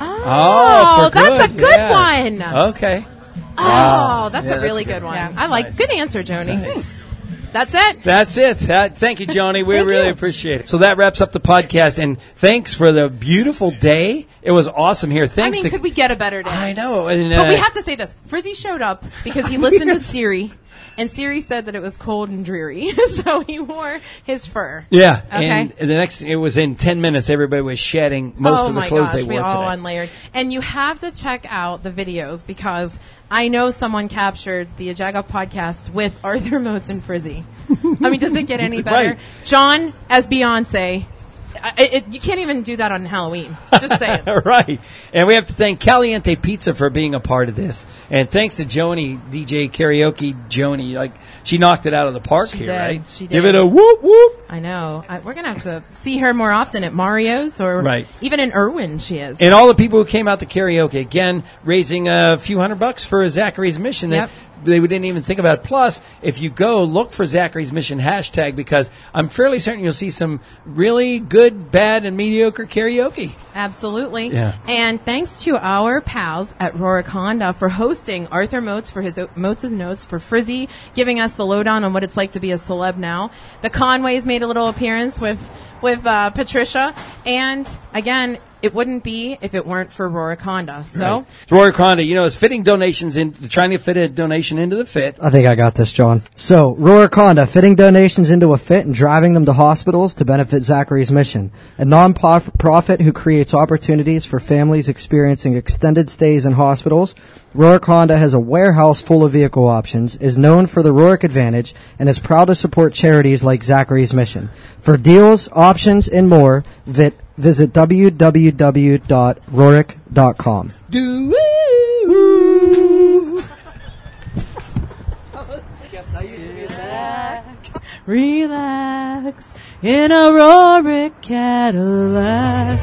S4: Oh,
S3: Oh, for
S4: that's
S3: good,
S4: a good
S3: yeah.
S4: one.
S3: Okay.
S4: Oh,
S3: Wow.
S4: that's
S3: Yeah,
S4: a really good, one. I like good answer, Joni. That's it.
S3: That's it. That, thank you, Johnny. We really appreciate it. So that wraps up the podcast, and thanks for the beautiful day. It was awesome here. Thanks
S4: I mean,
S3: to
S4: could we get a better day? I
S3: know. and,
S4: but we
S3: uh,
S4: have to say this. Frizzy showed up because he listened
S3: *laughs*
S4: to Siri, and Siri said that it was cold and dreary, *laughs* so he wore his fur.
S3: yeah.
S4: Okay.
S3: And the next, it was in ten minutes. Everybody was shedding most
S4: oh
S3: of the
S4: my
S3: clothes
S4: gosh,
S3: they
S4: we
S3: wore
S4: all
S3: *laughs* today.
S4: unlayered. And you have to check out the videos because I know someone captured the Ajaga podcast with *laughs*
S3: *laughs*
S4: Arthur Motes and Frizzy. I mean, does it get any better?
S3: Right.
S4: John as Beyonce. I, it, you can't even do that on Halloween. Just
S3: *laughs*
S4: saying.
S3: right. And we have to thank Caliente Pizza for being a part of this. And thanks to Joni, DJ Karaoke Joni. Like, she knocked it out of the park
S4: She
S3: here,
S4: did.
S3: right?
S4: She did.
S3: Give it a whoop whoop.
S4: I know. I, we're gonna have to see her more often at Mario's or
S3: Right.
S4: even in Irwin. She is.
S3: And all the people who came out to karaoke, again, raising a few hundred bucks for Zachary's mission that
S4: Yep.
S3: they didn't even think about. Plus, if you go look for Zachary's mission hashtag, because I'm fairly certain you'll see some really good, bad, and mediocre karaoke.
S4: Absolutely.
S3: Yeah.
S4: And thanks to our pals at Rorik Honda for hosting Arthur Motes for his Motes' notes for Frizzy, giving us the lowdown on what it's like to be a celeb now. The Conways made a little appearance with with uh, Patricia, and again, it wouldn't be if it weren't for Rorik Honda. So.
S3: Right. Rory Conda, you know, is fitting donations in, trying to fit a donation into the fit.
S11: I think I got this, John. So, Ruraconda, fitting donations into a fit and driving them to hospitals to benefit Zachary's mission, a non-profit who creates opportunities for families experiencing extended stays in hospitals. Ruraconda has a warehouse full of vehicle options, is known for the Rorick Advantage, and is proud to support charities like Zachary's Mission. For deals, options, and more, vit, visit www.rorick.com.
S3: Do
S1: Relax in a roaring Cadillac.